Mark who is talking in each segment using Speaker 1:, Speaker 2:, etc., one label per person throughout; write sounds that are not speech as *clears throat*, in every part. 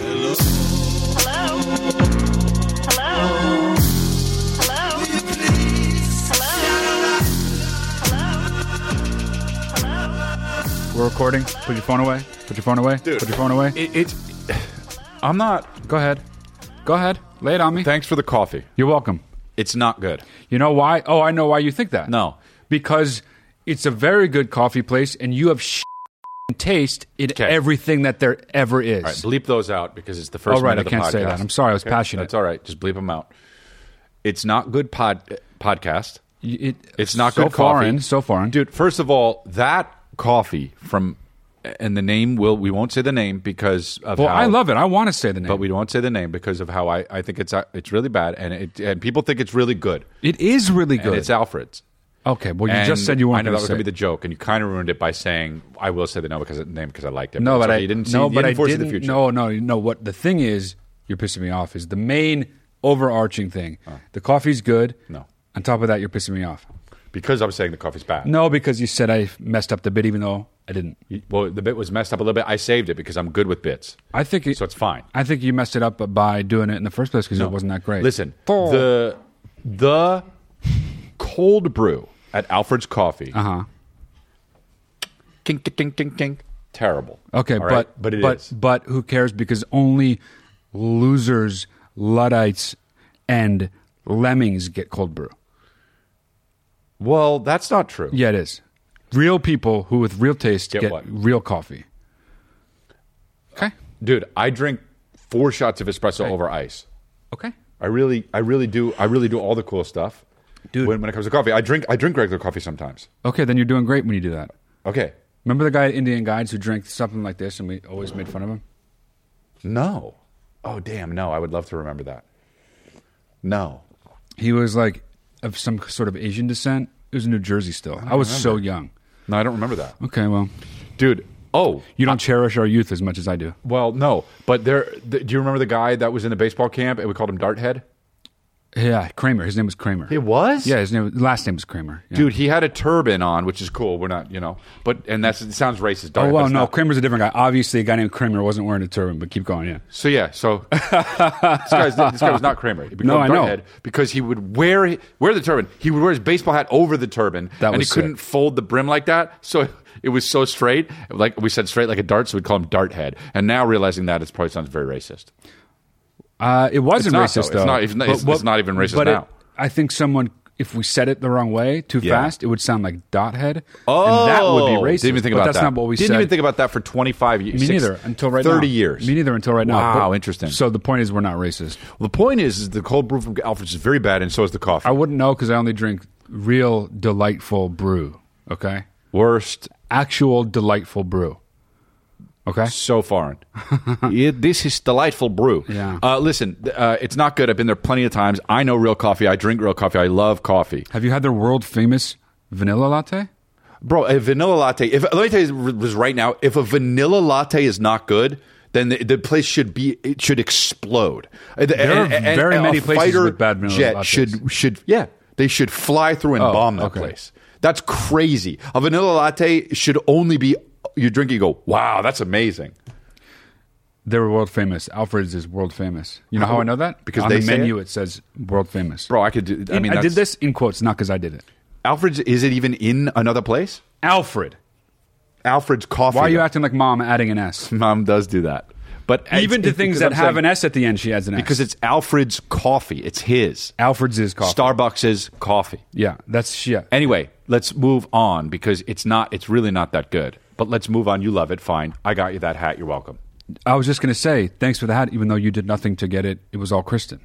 Speaker 1: Hello. Hello. Hello. Hello.
Speaker 2: We're recording. Put your phone away. Put your phone away.
Speaker 3: Dude.
Speaker 2: Put your phone away.
Speaker 3: It, it's. I'm not.
Speaker 2: Go ahead. Go ahead. Lay it on me.
Speaker 3: Thanks for the coffee.
Speaker 2: You're welcome.
Speaker 3: It's not good.
Speaker 2: You know why? Oh, I know why you think that.
Speaker 3: No.
Speaker 2: Because it's a very good coffee place and you have sh- taste in
Speaker 3: Okay.
Speaker 2: everything that there ever is.
Speaker 3: All right, bleep those out because it's the first.
Speaker 2: All right,
Speaker 3: minute
Speaker 2: I
Speaker 3: of the
Speaker 2: can't say
Speaker 3: podcast.
Speaker 2: that. I'm sorry, I was passionate.
Speaker 3: That's all right. Just bleep them out. It's not good pod podcast.
Speaker 2: Y- it-
Speaker 3: It's not
Speaker 2: so
Speaker 3: good
Speaker 2: far
Speaker 3: coffee.
Speaker 2: in, so far in.
Speaker 3: dude. First of all, that coffee from and the name will we won't say the name because of
Speaker 2: Well,
Speaker 3: how,
Speaker 2: I love it. I want to say the name.
Speaker 3: but we won't say the name because of how I, I think it's uh, it's really bad and it and people think it's really good,
Speaker 2: it is really
Speaker 3: and
Speaker 2: good.
Speaker 3: it's Alfred's.
Speaker 2: okay, well, you just
Speaker 3: And
Speaker 2: said you
Speaker 3: I
Speaker 2: weren't
Speaker 3: know that
Speaker 2: going to
Speaker 3: was
Speaker 2: say
Speaker 3: gonna be the joke, and you kind of ruined it by saying I will say the no because the name because I liked it.
Speaker 2: No,
Speaker 3: it's
Speaker 2: but
Speaker 3: okay.
Speaker 2: I
Speaker 3: you didn't see.
Speaker 2: No,
Speaker 3: you
Speaker 2: but
Speaker 3: didn't
Speaker 2: I
Speaker 3: foresee
Speaker 2: didn't.
Speaker 3: the future.
Speaker 2: No, no, no. What the thing is, you're pissing me off. Is the main overarching thing. The coffee's good.
Speaker 3: Oh. No.
Speaker 2: On top of that, you're pissing me off.
Speaker 3: because I was saying the coffee's bad.
Speaker 2: No, because you said I messed up the bit, even though I didn't.
Speaker 3: You- well, the bit was messed up a little bit. I saved it because I'm good with bits,
Speaker 2: I think it,
Speaker 3: so it's fine.
Speaker 2: I think you messed it up by doing it in the first place because it wasn't that great.
Speaker 3: Listen,
Speaker 2: Oh.
Speaker 3: the the cold brew at Alfred's Coffee. Uh
Speaker 2: Uh-huh.
Speaker 3: huh. Kink, kink, kink, kink. Terrible.
Speaker 2: okay,
Speaker 3: All
Speaker 2: but
Speaker 3: right? but it is.
Speaker 2: but but who cares? Because only losers, luddites, and lemmings get cold brew.
Speaker 3: well, that's not true.
Speaker 2: Yeah, it is. Real people who with real taste
Speaker 3: Get
Speaker 2: get,
Speaker 3: what?
Speaker 2: real coffee. Okay.
Speaker 3: dude, I drink four shots of espresso over ice.
Speaker 2: Okay.
Speaker 3: I really, I really do. I really do all the cool stuff,
Speaker 2: Dude.
Speaker 3: When, when it comes to coffee, I drink. I drink regular coffee sometimes.
Speaker 2: Okay, then you're doing great when you do that.
Speaker 3: Okay,
Speaker 2: Remember the guy at Indian Guides who drank something like this and we always made fun of him?
Speaker 3: no. Oh damn, no. I would love to remember that. No.
Speaker 2: He was like of some sort of Asian descent. It was in New Jersey still. I, was so young.
Speaker 3: No, I don't remember that,
Speaker 2: Okay, well,
Speaker 3: dude. Oh,
Speaker 2: you don't cherish our youth as much as I do.
Speaker 3: well, no. But there, th- do you remember the guy that was in the baseball camp and we called him Darthead?
Speaker 2: Yeah, Kramer. His name was Kramer.
Speaker 3: was.
Speaker 2: yeah, his name, last name was Kramer. Yeah.
Speaker 3: dude. He had a turban on, which is cool. We're not, you know, but and that's it sounds racist. Darthead,
Speaker 2: Oh,
Speaker 3: but
Speaker 2: well,
Speaker 3: it's
Speaker 2: no,
Speaker 3: not.
Speaker 2: Kramer's a different guy. Obviously, a guy named Kramer wasn't wearing a turban, but keep going, yeah.
Speaker 3: So yeah, so *laughs* this, guy's, this guy was not Kramer. He became
Speaker 2: No, I know.
Speaker 3: Darthead because he would wear wear the turban. He would wear his baseball hat over the turban,
Speaker 2: That
Speaker 3: and
Speaker 2: was
Speaker 3: he couldn't
Speaker 2: sick.
Speaker 3: fold the brim like that. So *laughs* it was so straight, like we said, straight like a dart. So we'd call him Darthead. And now realizing that, it probably sounds very racist.
Speaker 2: Uh, it wasn't
Speaker 3: It's not,
Speaker 2: racist,
Speaker 3: though. It's
Speaker 2: though.
Speaker 3: not even-
Speaker 2: But
Speaker 3: it's- it's not even racist
Speaker 2: but it-
Speaker 3: now.
Speaker 2: I think someone, if we said it the wrong way too
Speaker 3: Yeah.
Speaker 2: fast, it would sound like Dothead. and that would
Speaker 3: Oh,
Speaker 2: be racist.
Speaker 3: Didn't even think
Speaker 2: but
Speaker 3: about
Speaker 2: that's
Speaker 3: that.
Speaker 2: not what we
Speaker 3: didn't
Speaker 2: said.
Speaker 3: even think about that for twenty five years.
Speaker 2: Me
Speaker 3: six-
Speaker 2: neither until right now.
Speaker 3: Thirty years.
Speaker 2: Me neither until right now.
Speaker 3: Wow,
Speaker 2: But-
Speaker 3: interesting.
Speaker 2: So the point is, we're not racist.
Speaker 3: The point is, is the cold brew from Alfred's is very bad, and so is the coffee.
Speaker 2: I wouldn't know because I only drink real delightful brew. Okay,
Speaker 3: Worst
Speaker 2: actual delightful brew. Okay, *laughs*
Speaker 3: so foreign. *laughs* It- this is delightful brew.
Speaker 2: Yeah.
Speaker 3: Uh, listen, th- uh, it's not good. I've been there plenty of times. I know real coffee. I drink real coffee. I love coffee,
Speaker 2: have you had their world famous vanilla latte?
Speaker 3: bro. A vanilla latte. If let me tell you this right now, if a vanilla latte is not good. Then the, the place should be it should explode. Uh, There
Speaker 2: are very many places with bad vanilla
Speaker 3: jet
Speaker 2: lattes.
Speaker 3: should should yeah they should fly through and
Speaker 2: Oh,
Speaker 3: bomb that
Speaker 2: okay.
Speaker 3: place. That's crazy. A vanilla latte should only be you drink. it, You go wow, that's amazing.
Speaker 2: They were world famous. Alfred's is world famous. You know how I know that?
Speaker 3: Because
Speaker 2: on
Speaker 3: they
Speaker 2: the
Speaker 3: say
Speaker 2: menu
Speaker 3: it?
Speaker 2: it? says world famous.
Speaker 3: Bro, I could do. I
Speaker 2: In-
Speaker 3: mean,
Speaker 2: I did
Speaker 3: that's-
Speaker 2: this in quotes, not because I did it.
Speaker 3: Alfred's is it even in another place?
Speaker 2: Alfred,
Speaker 3: Alfred's coffee.
Speaker 2: why are you acting like mom adding an S?
Speaker 3: *laughs* Mom does do that, but
Speaker 2: Even to
Speaker 3: it's-
Speaker 2: things
Speaker 3: because
Speaker 2: that
Speaker 3: I'm
Speaker 2: have
Speaker 3: saying-
Speaker 2: an S at the end, she adds an S.
Speaker 3: because it's Alfred's coffee. It's his.
Speaker 2: Alfred's is coffee.
Speaker 3: Starbucks's coffee.
Speaker 2: yeah, that's yeah.
Speaker 3: Anyway, let's move on because it's not. It's really not that good. But let's move on. You love it. Fine. I got you that hat. You're welcome.
Speaker 2: I was just going to say thanks for the hat, even though you did nothing to get it. It was all Kristen.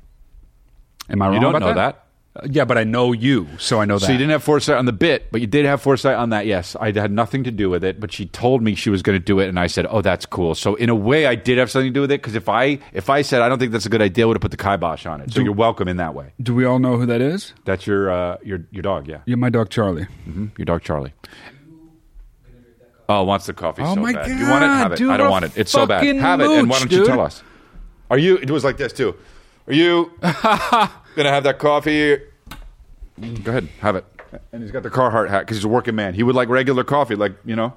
Speaker 2: Am I wrong
Speaker 3: You don't
Speaker 2: about
Speaker 3: know that.
Speaker 2: Uh, Yeah, but I know you, so I know that.
Speaker 3: So you didn't have foresight on the bit, but you did have foresight on that. Yes, I had nothing to do with it, but she told me she was going to do it, and I said, "Oh, that's cool." So in a way, I did have something to do with it because if I if I said I don't think that's a good idea, I would have put the kibosh on it. So you're welcome in that way.
Speaker 2: Do we all know who that is?
Speaker 3: That's your uh, your your dog, yeah,
Speaker 2: Yeah, my dog Charlie.
Speaker 3: hmm your dog Charlie. Oh, wants the coffee.
Speaker 2: Oh
Speaker 3: so
Speaker 2: my
Speaker 3: bad. You want it?
Speaker 2: God,
Speaker 3: Have it.
Speaker 2: dude,
Speaker 3: I don't
Speaker 2: what
Speaker 3: want it. It's so bad.
Speaker 2: fucking
Speaker 3: Have it, and why
Speaker 2: mooch,
Speaker 3: don't you
Speaker 2: dude.
Speaker 3: tell us? Are you? It was like this too.
Speaker 2: *laughs*
Speaker 3: Are you gonna have that coffee? Go ahead, have it. And he's got the Carhartt hat because he's a working man. He would like regular coffee, like you know.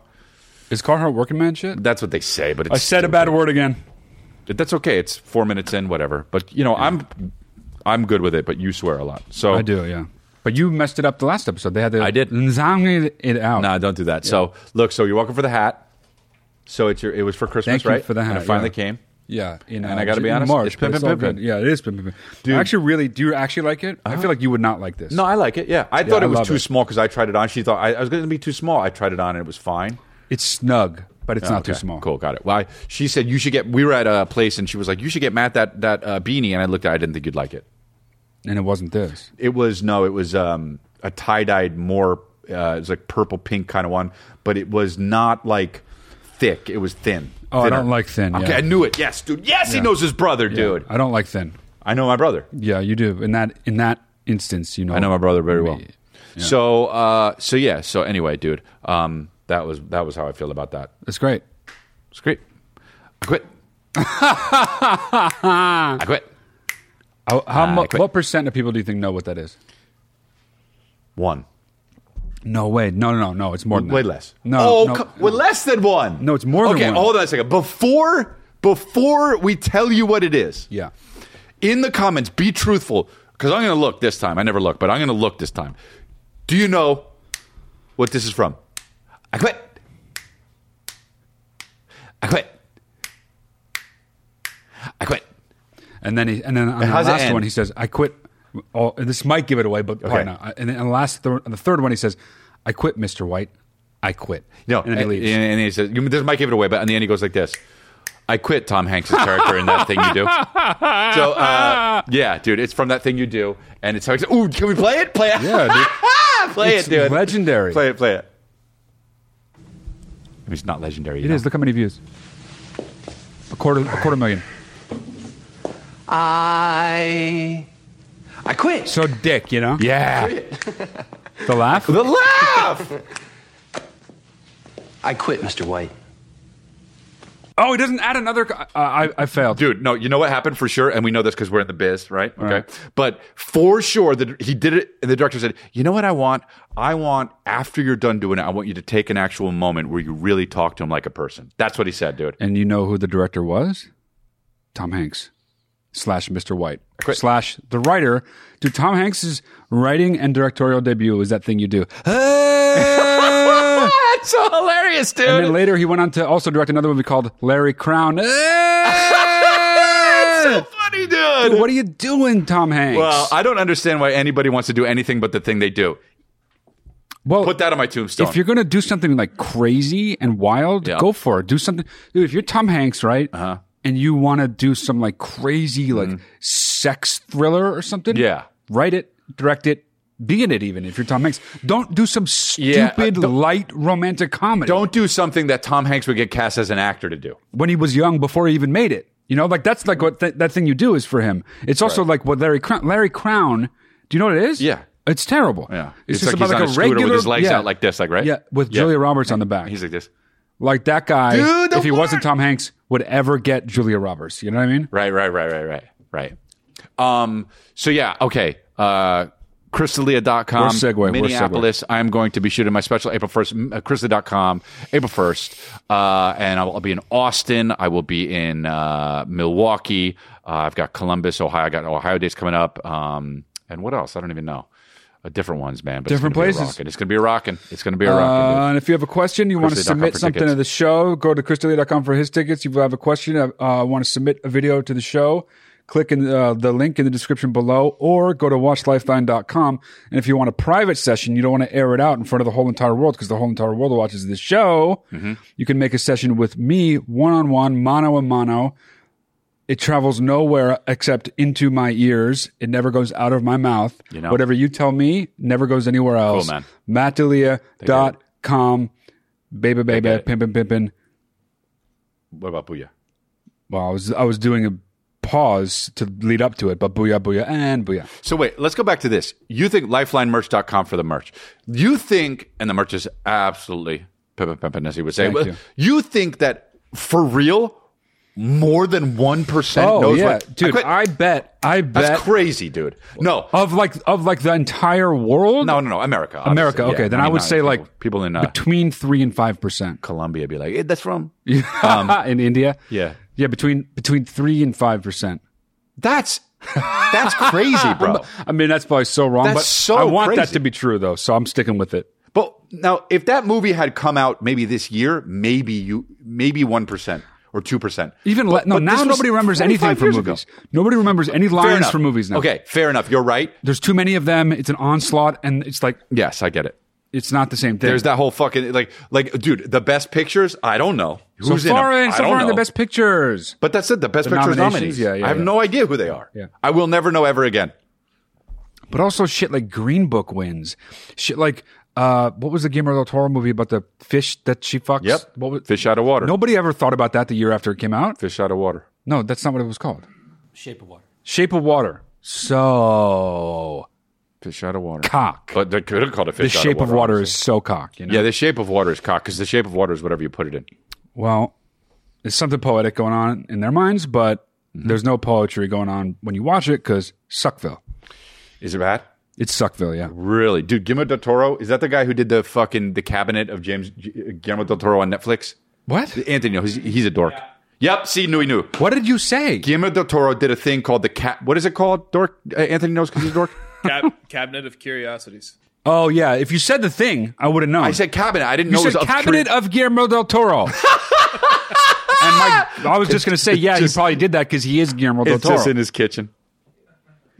Speaker 2: Is Carhartt working man shit?
Speaker 3: That's what they say, but it's
Speaker 2: I said a
Speaker 3: stupid.
Speaker 2: bad word again.
Speaker 3: That's okay. It's four minutes in, whatever. But you know, I'm I'm good with it. But you swear a lot, so
Speaker 2: I do, yeah. But you messed it up the last episode. They had to.
Speaker 3: I did.
Speaker 2: Nzang it out.
Speaker 3: No, don't do that. So look, so you're welcome for the hat. So it's your. It was for Christmas,
Speaker 2: Thank you
Speaker 3: right?
Speaker 2: for the
Speaker 3: And
Speaker 2: hat,
Speaker 3: it finally
Speaker 2: yeah.
Speaker 3: came.
Speaker 2: Yeah, in,
Speaker 3: And
Speaker 2: uh,
Speaker 3: I gotta be
Speaker 2: in
Speaker 3: honest,
Speaker 2: March,
Speaker 3: it's
Speaker 2: but
Speaker 3: Pimpin'
Speaker 2: it's all
Speaker 3: Pimpin'.
Speaker 2: good. Yeah, it is pimpin' pimpin'.
Speaker 3: Dude. Uh-huh.
Speaker 2: I actually really. Do you actually like it? I feel like you would not like this.
Speaker 3: No, I like it. Yeah, I thought it
Speaker 2: I
Speaker 3: was
Speaker 2: love
Speaker 3: too
Speaker 2: it.
Speaker 3: small because I tried it on. She thought I, I was going to be too small. I tried it on and it was fine.
Speaker 2: it's snug, but it's not too
Speaker 3: Okay,
Speaker 2: small.
Speaker 3: Cool, got it. Well, I, she said you should get. We were at a place and she was like, "You should get Matt that that uh, beanie." And I looked at. it. I didn't think you'd like it.
Speaker 2: And it wasn't this.
Speaker 3: It was no, it was um, a tie dyed more. Uh, it was like purple pink kind of one, but it was not like thick. It was thin.
Speaker 2: Oh, I
Speaker 3: Thinner.
Speaker 2: don't like thin,
Speaker 3: Okay,
Speaker 2: yeah.
Speaker 3: I knew it. Yes, dude. Yes, he knows his brother, dude.
Speaker 2: I don't like thin.
Speaker 3: I know my brother.
Speaker 2: Yeah, you do. In that in that instance, you know.
Speaker 3: I know my brother very well.
Speaker 2: me.
Speaker 3: So, uh, so yeah. So anyway, dude, um, that was that was how I feel
Speaker 2: *laughs*
Speaker 3: about that.
Speaker 2: It's great.
Speaker 3: It's great. I quit. I quit.
Speaker 2: How, how mu-
Speaker 3: quit.
Speaker 2: what percent of people do you think know what that is?
Speaker 3: One.
Speaker 2: No way. No, no, no, no. It's more than
Speaker 3: Way
Speaker 2: that.
Speaker 3: less.
Speaker 2: No.
Speaker 3: Oh,
Speaker 2: no,
Speaker 3: co- well, less than one.
Speaker 2: No, it's more than
Speaker 3: okay,
Speaker 2: one.
Speaker 3: hold on a second. Before before we tell you what it is,
Speaker 2: Yeah.
Speaker 3: in the comments, be truthful because I'm going to look this time. I never look, but I'm going to look this time. Do you know what this is from? I quit. I quit. I quit.
Speaker 2: And then he and then on the
Speaker 3: how's it
Speaker 2: last
Speaker 3: end?
Speaker 2: one he says, "I quit." Oh, and this might give it away, but probably
Speaker 3: Okay.
Speaker 2: not. And then on the last thir- on the third one he says, "I quit, Mister White. I quit."
Speaker 3: No,
Speaker 2: and then he leaves.
Speaker 3: And, and he says, you- "This might give it away," but in the end, he goes like this: "I quit." Tom Hanks' character in that thing you
Speaker 2: *laughs*
Speaker 3: do. *laughs* So uh, yeah, dude, it's from that thing you do, and it's how. It's, Ooh, can we play it? Play it.
Speaker 2: Yeah, dude.
Speaker 3: *laughs* play
Speaker 2: It's
Speaker 3: it, dude.
Speaker 2: legendary.
Speaker 3: Play it. Play it. I mean, It's not legendary.
Speaker 2: It is. Look how many views. A quarter, a quarter million.
Speaker 4: I I quit.
Speaker 2: So dick, you know.
Speaker 3: Yeah.
Speaker 2: The laugh.
Speaker 3: The laugh.
Speaker 4: I quit, Mr. White.
Speaker 2: Oh, he doesn't add another. co- Uh, I, I failed.
Speaker 3: Dude, no, you know what happened for sure, and we know this because we're in the biz, right? Okay,
Speaker 2: Right.
Speaker 3: but for sure, the, he did it, and the director said, "You know what I want? I want after you're done doing it, I want you to take an actual moment where you really talk to him like a person." That's what he said, dude.
Speaker 2: And you know who the director was? Tom Hanks slash Mr. White
Speaker 3: Quit.
Speaker 2: slash the writer. Dude, Tom Hanks's writing and directorial debut was that thing you do. *laughs* and
Speaker 3: That's so hilarious, dude.
Speaker 2: then later he went on to also direct another movie called Larry Crown. *laughs*
Speaker 3: That's so
Speaker 2: Dude,
Speaker 3: funny, dude.
Speaker 2: what are you doing, Tom Hanks?
Speaker 3: well, I don't understand why anybody wants to do anything but the thing they do.
Speaker 2: Well,
Speaker 3: Put that on my tombstone.
Speaker 2: If you're going to do something like crazy and wild,
Speaker 3: Yeah.
Speaker 2: go for it. Do something. Dude, if you're Tom Hanks, right? Uh-huh. And you want to do some like crazy, like sex thriller or something?
Speaker 3: Mm-hmm. Yeah.
Speaker 2: Write it, direct it, be in it even if you're Tom Hanks. Don't do some
Speaker 3: Yeah, uh,
Speaker 2: stupid,
Speaker 3: don't-
Speaker 2: light romantic comedy.
Speaker 3: don't do something that Tom Hanks would get cast as an actor to do.
Speaker 2: When he was young, before he even made it. You know, like that's like what th- that thing you do is for him. It's also like what Larry Crown, Larry Crown, do you know what it is?
Speaker 3: Yeah.
Speaker 2: It's terrible.
Speaker 3: Yeah.
Speaker 2: It's,
Speaker 3: It's
Speaker 2: just
Speaker 3: like
Speaker 2: about
Speaker 3: he's
Speaker 2: like
Speaker 3: on a
Speaker 2: a
Speaker 3: scooter with
Speaker 2: regular
Speaker 3: his legs
Speaker 2: yeah.
Speaker 3: out like this, like, right?
Speaker 2: Yeah, with
Speaker 3: Yeah.
Speaker 2: Julia Roberts on the back.
Speaker 3: He's like this.
Speaker 2: Like that guy,
Speaker 3: Dude, the
Speaker 2: if he wasn't
Speaker 3: word-
Speaker 2: Tom Hanks, would ever get Julia Roberts. You know what I mean?
Speaker 3: Right, right, right, right, right, right. Um, so yeah, okay. Uh, Crystalia.com.
Speaker 2: Worst segue, worst segue.
Speaker 3: Minneapolis. I'm going to be shooting my special April 1st, uh, Crystalia.com, April 1st. Uh, and I'll, I'll be in Austin. I will be in uh, Milwaukee. Uh, I've got Columbus, Ohio. I got Ohio dates coming up. Um, and what else? I don't even know. Uh, different ones, man. But it's
Speaker 2: Different
Speaker 3: gonna be a
Speaker 2: places.
Speaker 3: rockin'. It's going to be a rockin'. It's going to be a rockin'.
Speaker 2: Uh, and if you have a question, you want to
Speaker 3: Chrisley.com
Speaker 2: submit
Speaker 3: for
Speaker 2: something
Speaker 3: tickets.
Speaker 2: to the show, go to chrisdalia.com for his tickets. If you have a question, uh, uh, want to submit a video to the show, click in uh, the link in the description below or go to watchlifeline.com. And if you want a private session, you don't want to air it out in front of the whole entire world because the whole entire world watches this
Speaker 3: Mm-hmm.
Speaker 2: show, you can make a session with me one on one, mano a mano. It travels nowhere except into my ears. It never goes out of my mouth.
Speaker 3: You know.
Speaker 2: Whatever you tell me never goes anywhere else.
Speaker 3: man.
Speaker 2: MattDelia.com. Baby, baby,
Speaker 3: get it.
Speaker 2: pimpin', pimpin'.
Speaker 3: What about Booyah?
Speaker 2: Well, I was, I was doing a pause to lead up to it, but booyah, booyah, and booyah.
Speaker 3: So wait, let's go back to this. You think lifelinemerch.com for the merch. You think, and the merch is absolutely pimpin' pimpin', as he would say.
Speaker 2: Thank you.
Speaker 3: You. think that for real, more than 1% knows what.
Speaker 2: Oh, dude!
Speaker 3: quit.
Speaker 2: I, bet, I bet
Speaker 3: That's crazy, dude. No.
Speaker 2: of like of like the entire world.
Speaker 3: no, no, no. America. obviously.
Speaker 2: America.
Speaker 3: Yeah.
Speaker 2: Okay, then I,
Speaker 3: mean,
Speaker 2: would
Speaker 3: no,
Speaker 2: say
Speaker 3: people-
Speaker 2: like
Speaker 3: people in uh,
Speaker 2: between three and five percent
Speaker 3: Colombia be like, eh,
Speaker 2: *laughs*
Speaker 3: that's from. Um,
Speaker 2: in India.
Speaker 3: yeah.
Speaker 2: yeah, between between three and five percent.
Speaker 3: That's that's
Speaker 2: *laughs*
Speaker 3: crazy, bro.
Speaker 2: I mean, that's probably so wrong.
Speaker 3: That's
Speaker 2: but
Speaker 3: so
Speaker 2: I want that
Speaker 3: crazy.
Speaker 2: to be true though, so I'm sticking with it.
Speaker 3: But now, if that movie had come out maybe this year, maybe you, maybe one percent or two percent.
Speaker 2: Even le- no, now nobody remembers anything from movies. Nobody remembers any lines from movies now.
Speaker 3: Okay, fair enough. You're right.
Speaker 2: there's too many of them. It's an onslaught, and it's like
Speaker 3: Yes, I get it.
Speaker 2: it's not the same thing.
Speaker 3: There's that whole fucking like, like, dude, the best pictures. I don't know
Speaker 2: so
Speaker 3: who's
Speaker 2: far
Speaker 3: in. 'em?
Speaker 2: in,
Speaker 3: I
Speaker 2: so
Speaker 3: don't
Speaker 2: far in the
Speaker 3: know.
Speaker 2: best pictures.
Speaker 3: But that's it. The best
Speaker 2: The
Speaker 3: pictures
Speaker 2: nominations?
Speaker 3: nominees.
Speaker 2: Yeah, yeah,
Speaker 3: I have
Speaker 2: yeah.
Speaker 3: no idea who they are.
Speaker 2: Yeah.
Speaker 3: I will never know ever again.
Speaker 2: But also shit like Green Book wins. Shit like uh, what was the Guillermo del Toro movie about the fish that she fucks?
Speaker 3: Yep.
Speaker 2: What was,
Speaker 3: Fish out of water.
Speaker 2: Nobody ever thought about that the year after it came out.
Speaker 3: Fish out of water.
Speaker 2: No, that's not what it was called.
Speaker 5: Shape of Water.
Speaker 2: Shape of Water. So
Speaker 3: Fish out of water.
Speaker 2: cock.
Speaker 3: But they could have called it
Speaker 2: the
Speaker 3: fish. out
Speaker 2: Shape
Speaker 3: of
Speaker 2: of
Speaker 3: water,
Speaker 2: Water
Speaker 3: obviously.
Speaker 2: is so cock. You know.
Speaker 3: Yeah, the shape of water is cock because the shape of water is whatever you put it in.
Speaker 2: Well, there's something poetic going on in their minds, but
Speaker 3: Mm-hmm.
Speaker 2: there's no poetry going on when you watch it because Suckville.
Speaker 3: Is it bad?
Speaker 2: It's Suckville. Yeah.
Speaker 3: Really, dude. Guillermo del Toro is that the guy who did the fucking the cabinet of James uh, Guillermo del Toro on Netflix?
Speaker 2: What?
Speaker 3: Anthony, no, he's, he's a dork. Yep. See, knew he knew.
Speaker 2: What did you say?
Speaker 3: Guillermo del Toro did a thing called the cat. What is it called? Dork. Uh, Anthony knows because he's a dork.
Speaker 6: Cab- cabinet of curiosities.
Speaker 2: Oh yeah. If you said the thing, I would have known.
Speaker 3: I said cabinet. I
Speaker 2: You
Speaker 3: didn't know. it
Speaker 2: said
Speaker 3: was of
Speaker 2: cabinet
Speaker 3: curi-
Speaker 2: of Guillermo del Toro.
Speaker 3: *laughs*
Speaker 2: and my, I was just going to say, yeah,
Speaker 3: just-
Speaker 2: he probably did that because he is Guillermo del
Speaker 3: It's
Speaker 2: Toro.
Speaker 3: just in his kitchen.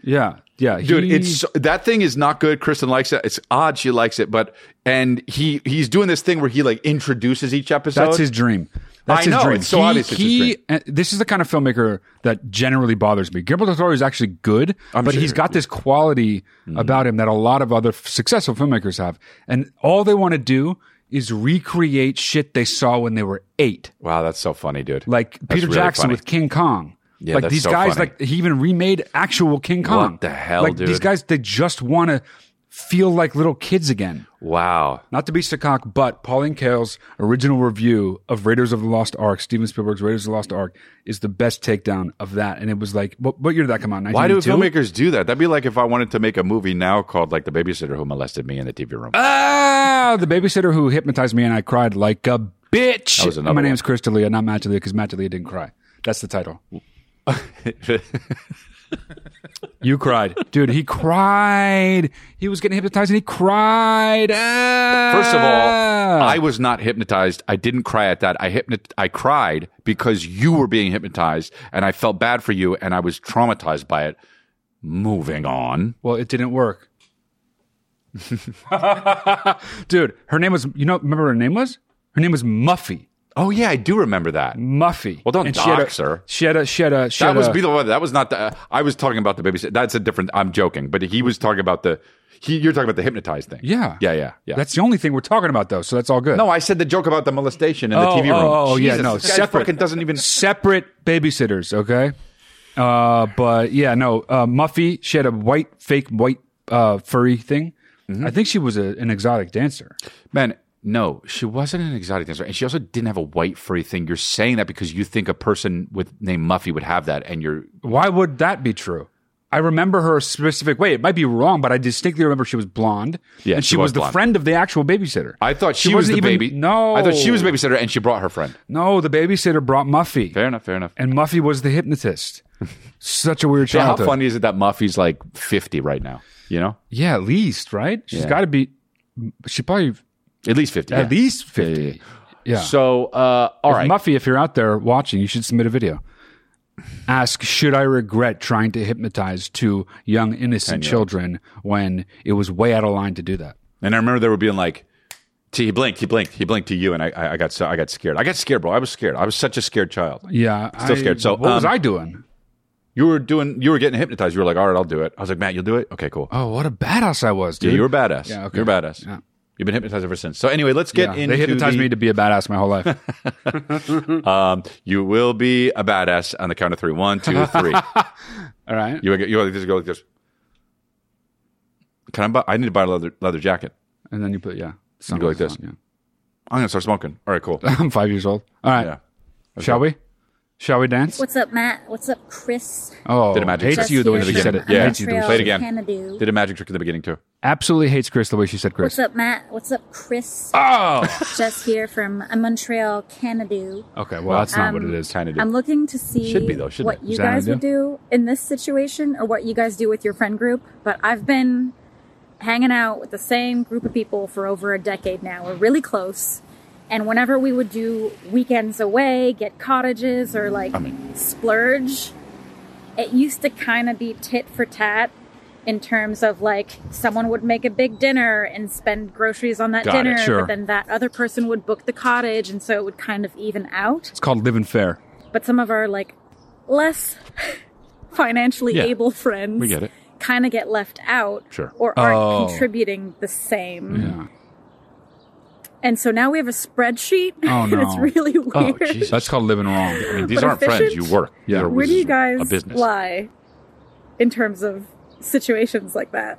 Speaker 2: yeah, yeah,
Speaker 3: dude
Speaker 2: he-
Speaker 3: it's so- that thing is not good kristen likes it it's odd she likes it but and he he's doing this thing where he like introduces each episode
Speaker 2: that's his dream. That's
Speaker 3: I know,
Speaker 2: his dream.
Speaker 3: it's so
Speaker 2: he,
Speaker 3: obvious it's his
Speaker 2: he-
Speaker 3: dream.
Speaker 2: uh, this is the kind of filmmaker that generally bothers me. Guillermo del Toro is actually good, but
Speaker 3: sure. Mm-hmm.
Speaker 2: he's got this quality about him that a lot of other f- successful filmmakers have, and all they want to do is recreate shit they saw when they were eight.
Speaker 3: wow that's so funny dude
Speaker 2: like
Speaker 3: That's
Speaker 2: Peter
Speaker 3: really
Speaker 2: Jackson
Speaker 3: funny.
Speaker 2: with King Kong.
Speaker 3: Yeah,
Speaker 2: like
Speaker 3: that's
Speaker 2: these
Speaker 3: so
Speaker 2: guys,
Speaker 3: funny.
Speaker 2: like he even remade actual King Kong.
Speaker 3: the hell,
Speaker 2: like, These
Speaker 3: dude?
Speaker 2: guys, they just want to feel like little kids again.
Speaker 3: wow
Speaker 2: Not to be Sakak, but Pauline Kael's original review of Raiders of the Lost Ark, Steven Spielberg's Raiders of the Lost Ark, is the best takedown of that. And it was like, what, what year did that come out?
Speaker 3: why do
Speaker 2: 1982?
Speaker 3: filmmakers do that that'd be like if i wanted to make a movie now called like the babysitter who molested me in the tv room
Speaker 2: Ah, the babysitter who hypnotized me and I cried like a bitch.
Speaker 3: That was another
Speaker 2: My
Speaker 3: one.
Speaker 2: name's Chris D'Elia, not Matt D'Elia, because Matt D'Elia didn't cry. That's the title. *laughs* You cried.
Speaker 3: *laughs*
Speaker 2: Dude, he cried. He was getting hypnotized and he cried. Ah.
Speaker 3: First of all, I was not hypnotized. I didn't cry at that. I hypnot- I cried because you were being hypnotized and I felt bad for you and I was traumatized by it. Moving on.
Speaker 2: Well, it didn't work. *laughs* Dude, her name was, you know, remember what her name was? Her name was Muffy.
Speaker 3: Oh yeah, I do remember that.
Speaker 2: Muffy.
Speaker 3: Well, don't
Speaker 2: and she had
Speaker 3: dox
Speaker 2: a,
Speaker 3: her.
Speaker 2: She had a, she had a, she
Speaker 3: That
Speaker 2: had
Speaker 3: was
Speaker 2: a,
Speaker 3: be the one. That was not the. I was talking about the babysitter. That's a different. I'm joking, but he was talking about the. He, you're talking about the hypnotized thing.
Speaker 2: yeah.
Speaker 3: yeah, yeah, yeah.
Speaker 2: That's the only thing we're talking about, though, so that's all good.
Speaker 3: no. I said the joke about the molestation in the TV room.
Speaker 2: Oh, oh, yeah,
Speaker 3: Jesus,
Speaker 2: no,
Speaker 3: this guy
Speaker 2: separate.
Speaker 3: fucking doesn't even.
Speaker 2: separate babysitters. Okay, uh, but yeah, no, uh, Muffy. She had a white, fake, white, uh, furry thing.
Speaker 3: Mm-hmm.
Speaker 2: I think she was a, an exotic dancer.
Speaker 3: *laughs* Man, no, she wasn't an exotic dancer, and she also didn't have a white furry thing. You're saying that because you think a person with named Muffy would have that, and you're
Speaker 2: Why would that be true? I remember her a specific way. It might be wrong, but I distinctly remember she was blonde.
Speaker 3: Yeah,
Speaker 2: and she,
Speaker 3: she was
Speaker 2: was, the
Speaker 3: blonde.
Speaker 2: friend of the actual babysitter.
Speaker 3: I thought she, was the
Speaker 2: wasn't even-
Speaker 3: baby.
Speaker 2: No,
Speaker 3: I thought she was the babysitter, and she brought her friend.
Speaker 2: No, the babysitter brought Muffy,
Speaker 3: Fair enough. Fair enough.
Speaker 2: and Muffy was the
Speaker 3: *laughs*
Speaker 2: hypnotist. Such a weird
Speaker 3: Yeah, how
Speaker 2: childhood.
Speaker 3: funny is it that Muffy's like 50 right now? You know,
Speaker 2: Yeah, at least right. She's
Speaker 3: Yeah.
Speaker 2: got to be. She probably
Speaker 3: at least 50.
Speaker 2: at
Speaker 3: yeah.
Speaker 2: least
Speaker 3: Yeah,
Speaker 2: fifty.
Speaker 3: yeah, yeah.
Speaker 2: Yeah.
Speaker 3: So, uh, all right.
Speaker 2: Muffy, if you're out there watching, you should submit a video. Ask, should I regret trying to hypnotize two young, innocent children when it was way out of line to do that?
Speaker 3: And I remember they were being like, T- He blinked. He blinked. He blinked to you, and I, I I got so I got scared. I got scared, bro. I was scared. I was such a scared child.
Speaker 2: Yeah,
Speaker 3: Still scared. So,
Speaker 2: what was
Speaker 3: um,
Speaker 2: I doing?
Speaker 3: You were doing. You were getting hypnotized. You were like, "All right, I'll do it." I was like, "Matt, you'll do it." Okay, cool.
Speaker 2: Oh, what a badass I was, dude.
Speaker 3: Yeah, you were badass.
Speaker 2: Yeah, okay.
Speaker 3: You're badass.
Speaker 2: Yeah.
Speaker 3: You've been hypnotized ever since. So anyway, let's get
Speaker 2: Yeah,
Speaker 3: into
Speaker 2: they hypnotized
Speaker 3: the-
Speaker 2: me to be a badass my whole
Speaker 3: *laughs*
Speaker 2: life.
Speaker 3: Um, you will be a badass on the count of three. One,
Speaker 2: *laughs*
Speaker 3: two, three.
Speaker 2: All right.
Speaker 3: you you like this go like this. Can I buy? I need to buy a leather leather jacket.
Speaker 2: And then you put yeah.
Speaker 3: You go like this.
Speaker 2: on,
Speaker 3: I'm gonna start smoking. All right, cool.
Speaker 2: yeah. I'm five years old. All right.
Speaker 3: Yeah.
Speaker 2: Shall we? Shall we dance?
Speaker 5: What's up, Matt? What's up, Chris?
Speaker 2: Oh,
Speaker 3: Did a magic
Speaker 2: hates
Speaker 3: trick.
Speaker 2: you the way
Speaker 3: Just
Speaker 2: she
Speaker 3: here
Speaker 2: said
Speaker 3: from
Speaker 2: it.
Speaker 3: Yeah.
Speaker 2: Hates you the way she
Speaker 3: Play it
Speaker 2: said
Speaker 3: again.
Speaker 5: Canada.
Speaker 3: Did a magic trick in the beginning too.
Speaker 2: Absolutely hates Chris the way she said Chris.
Speaker 5: What's up, Matt? What's up, Chris?
Speaker 2: Oh.
Speaker 5: Jess here from uh, Montreal, Canada.
Speaker 2: okay. Well, that's not what it is.
Speaker 3: Kind of.
Speaker 5: um, I'm looking to see
Speaker 3: Um, Should be, though, shouldn't
Speaker 5: what
Speaker 3: it?
Speaker 5: you
Speaker 2: Xanadu?
Speaker 5: guys would do in this situation or what you guys do with your friend group, but I've been hanging out with the same group of people for over a decade now. We're really close. And whenever we would do weekends away, get cottages or like splurge, it used to kind of be tit for tat in terms of like someone would make a big dinner and spend groceries on that
Speaker 3: Got it,
Speaker 5: dinner,
Speaker 2: sure.
Speaker 5: but then that other person would book the cottage and so it would kind of even out
Speaker 2: It's called living fair.
Speaker 5: but some of our like less *laughs* financially
Speaker 3: Yeah.
Speaker 5: able friends
Speaker 3: We
Speaker 5: *laughs*
Speaker 3: get it.
Speaker 5: kind of get left out
Speaker 3: Sure.
Speaker 5: or aren't
Speaker 2: Oh.
Speaker 5: contributing the same
Speaker 2: Yeah.
Speaker 5: and so now we have a spreadsheet *laughs*
Speaker 2: Oh,
Speaker 5: and it's
Speaker 2: no.
Speaker 5: really weird
Speaker 3: Oh, Jesus.
Speaker 2: That's called living wrong.
Speaker 3: I mean, these
Speaker 5: But
Speaker 3: aren't friends. You
Speaker 5: efficient?
Speaker 3: work.
Speaker 2: Yeah.
Speaker 3: These are-
Speaker 5: where do
Speaker 3: this
Speaker 5: you
Speaker 3: is
Speaker 5: guys
Speaker 3: A business.
Speaker 5: lie in terms of situations like that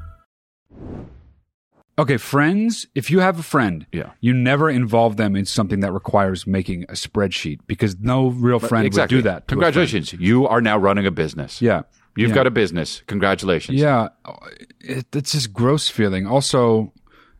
Speaker 2: Okay, friends, if you have a friend,
Speaker 3: Yeah.
Speaker 2: you never involve them in something that requires making a spreadsheet because no real friend
Speaker 3: exactly.
Speaker 2: would do that. to a friend.
Speaker 3: Congratulations. You are now running a business.
Speaker 2: Yeah.
Speaker 3: You've
Speaker 2: Yeah.
Speaker 3: got a business. Congratulations.
Speaker 2: Yeah. It, it's this gross feeling. Also,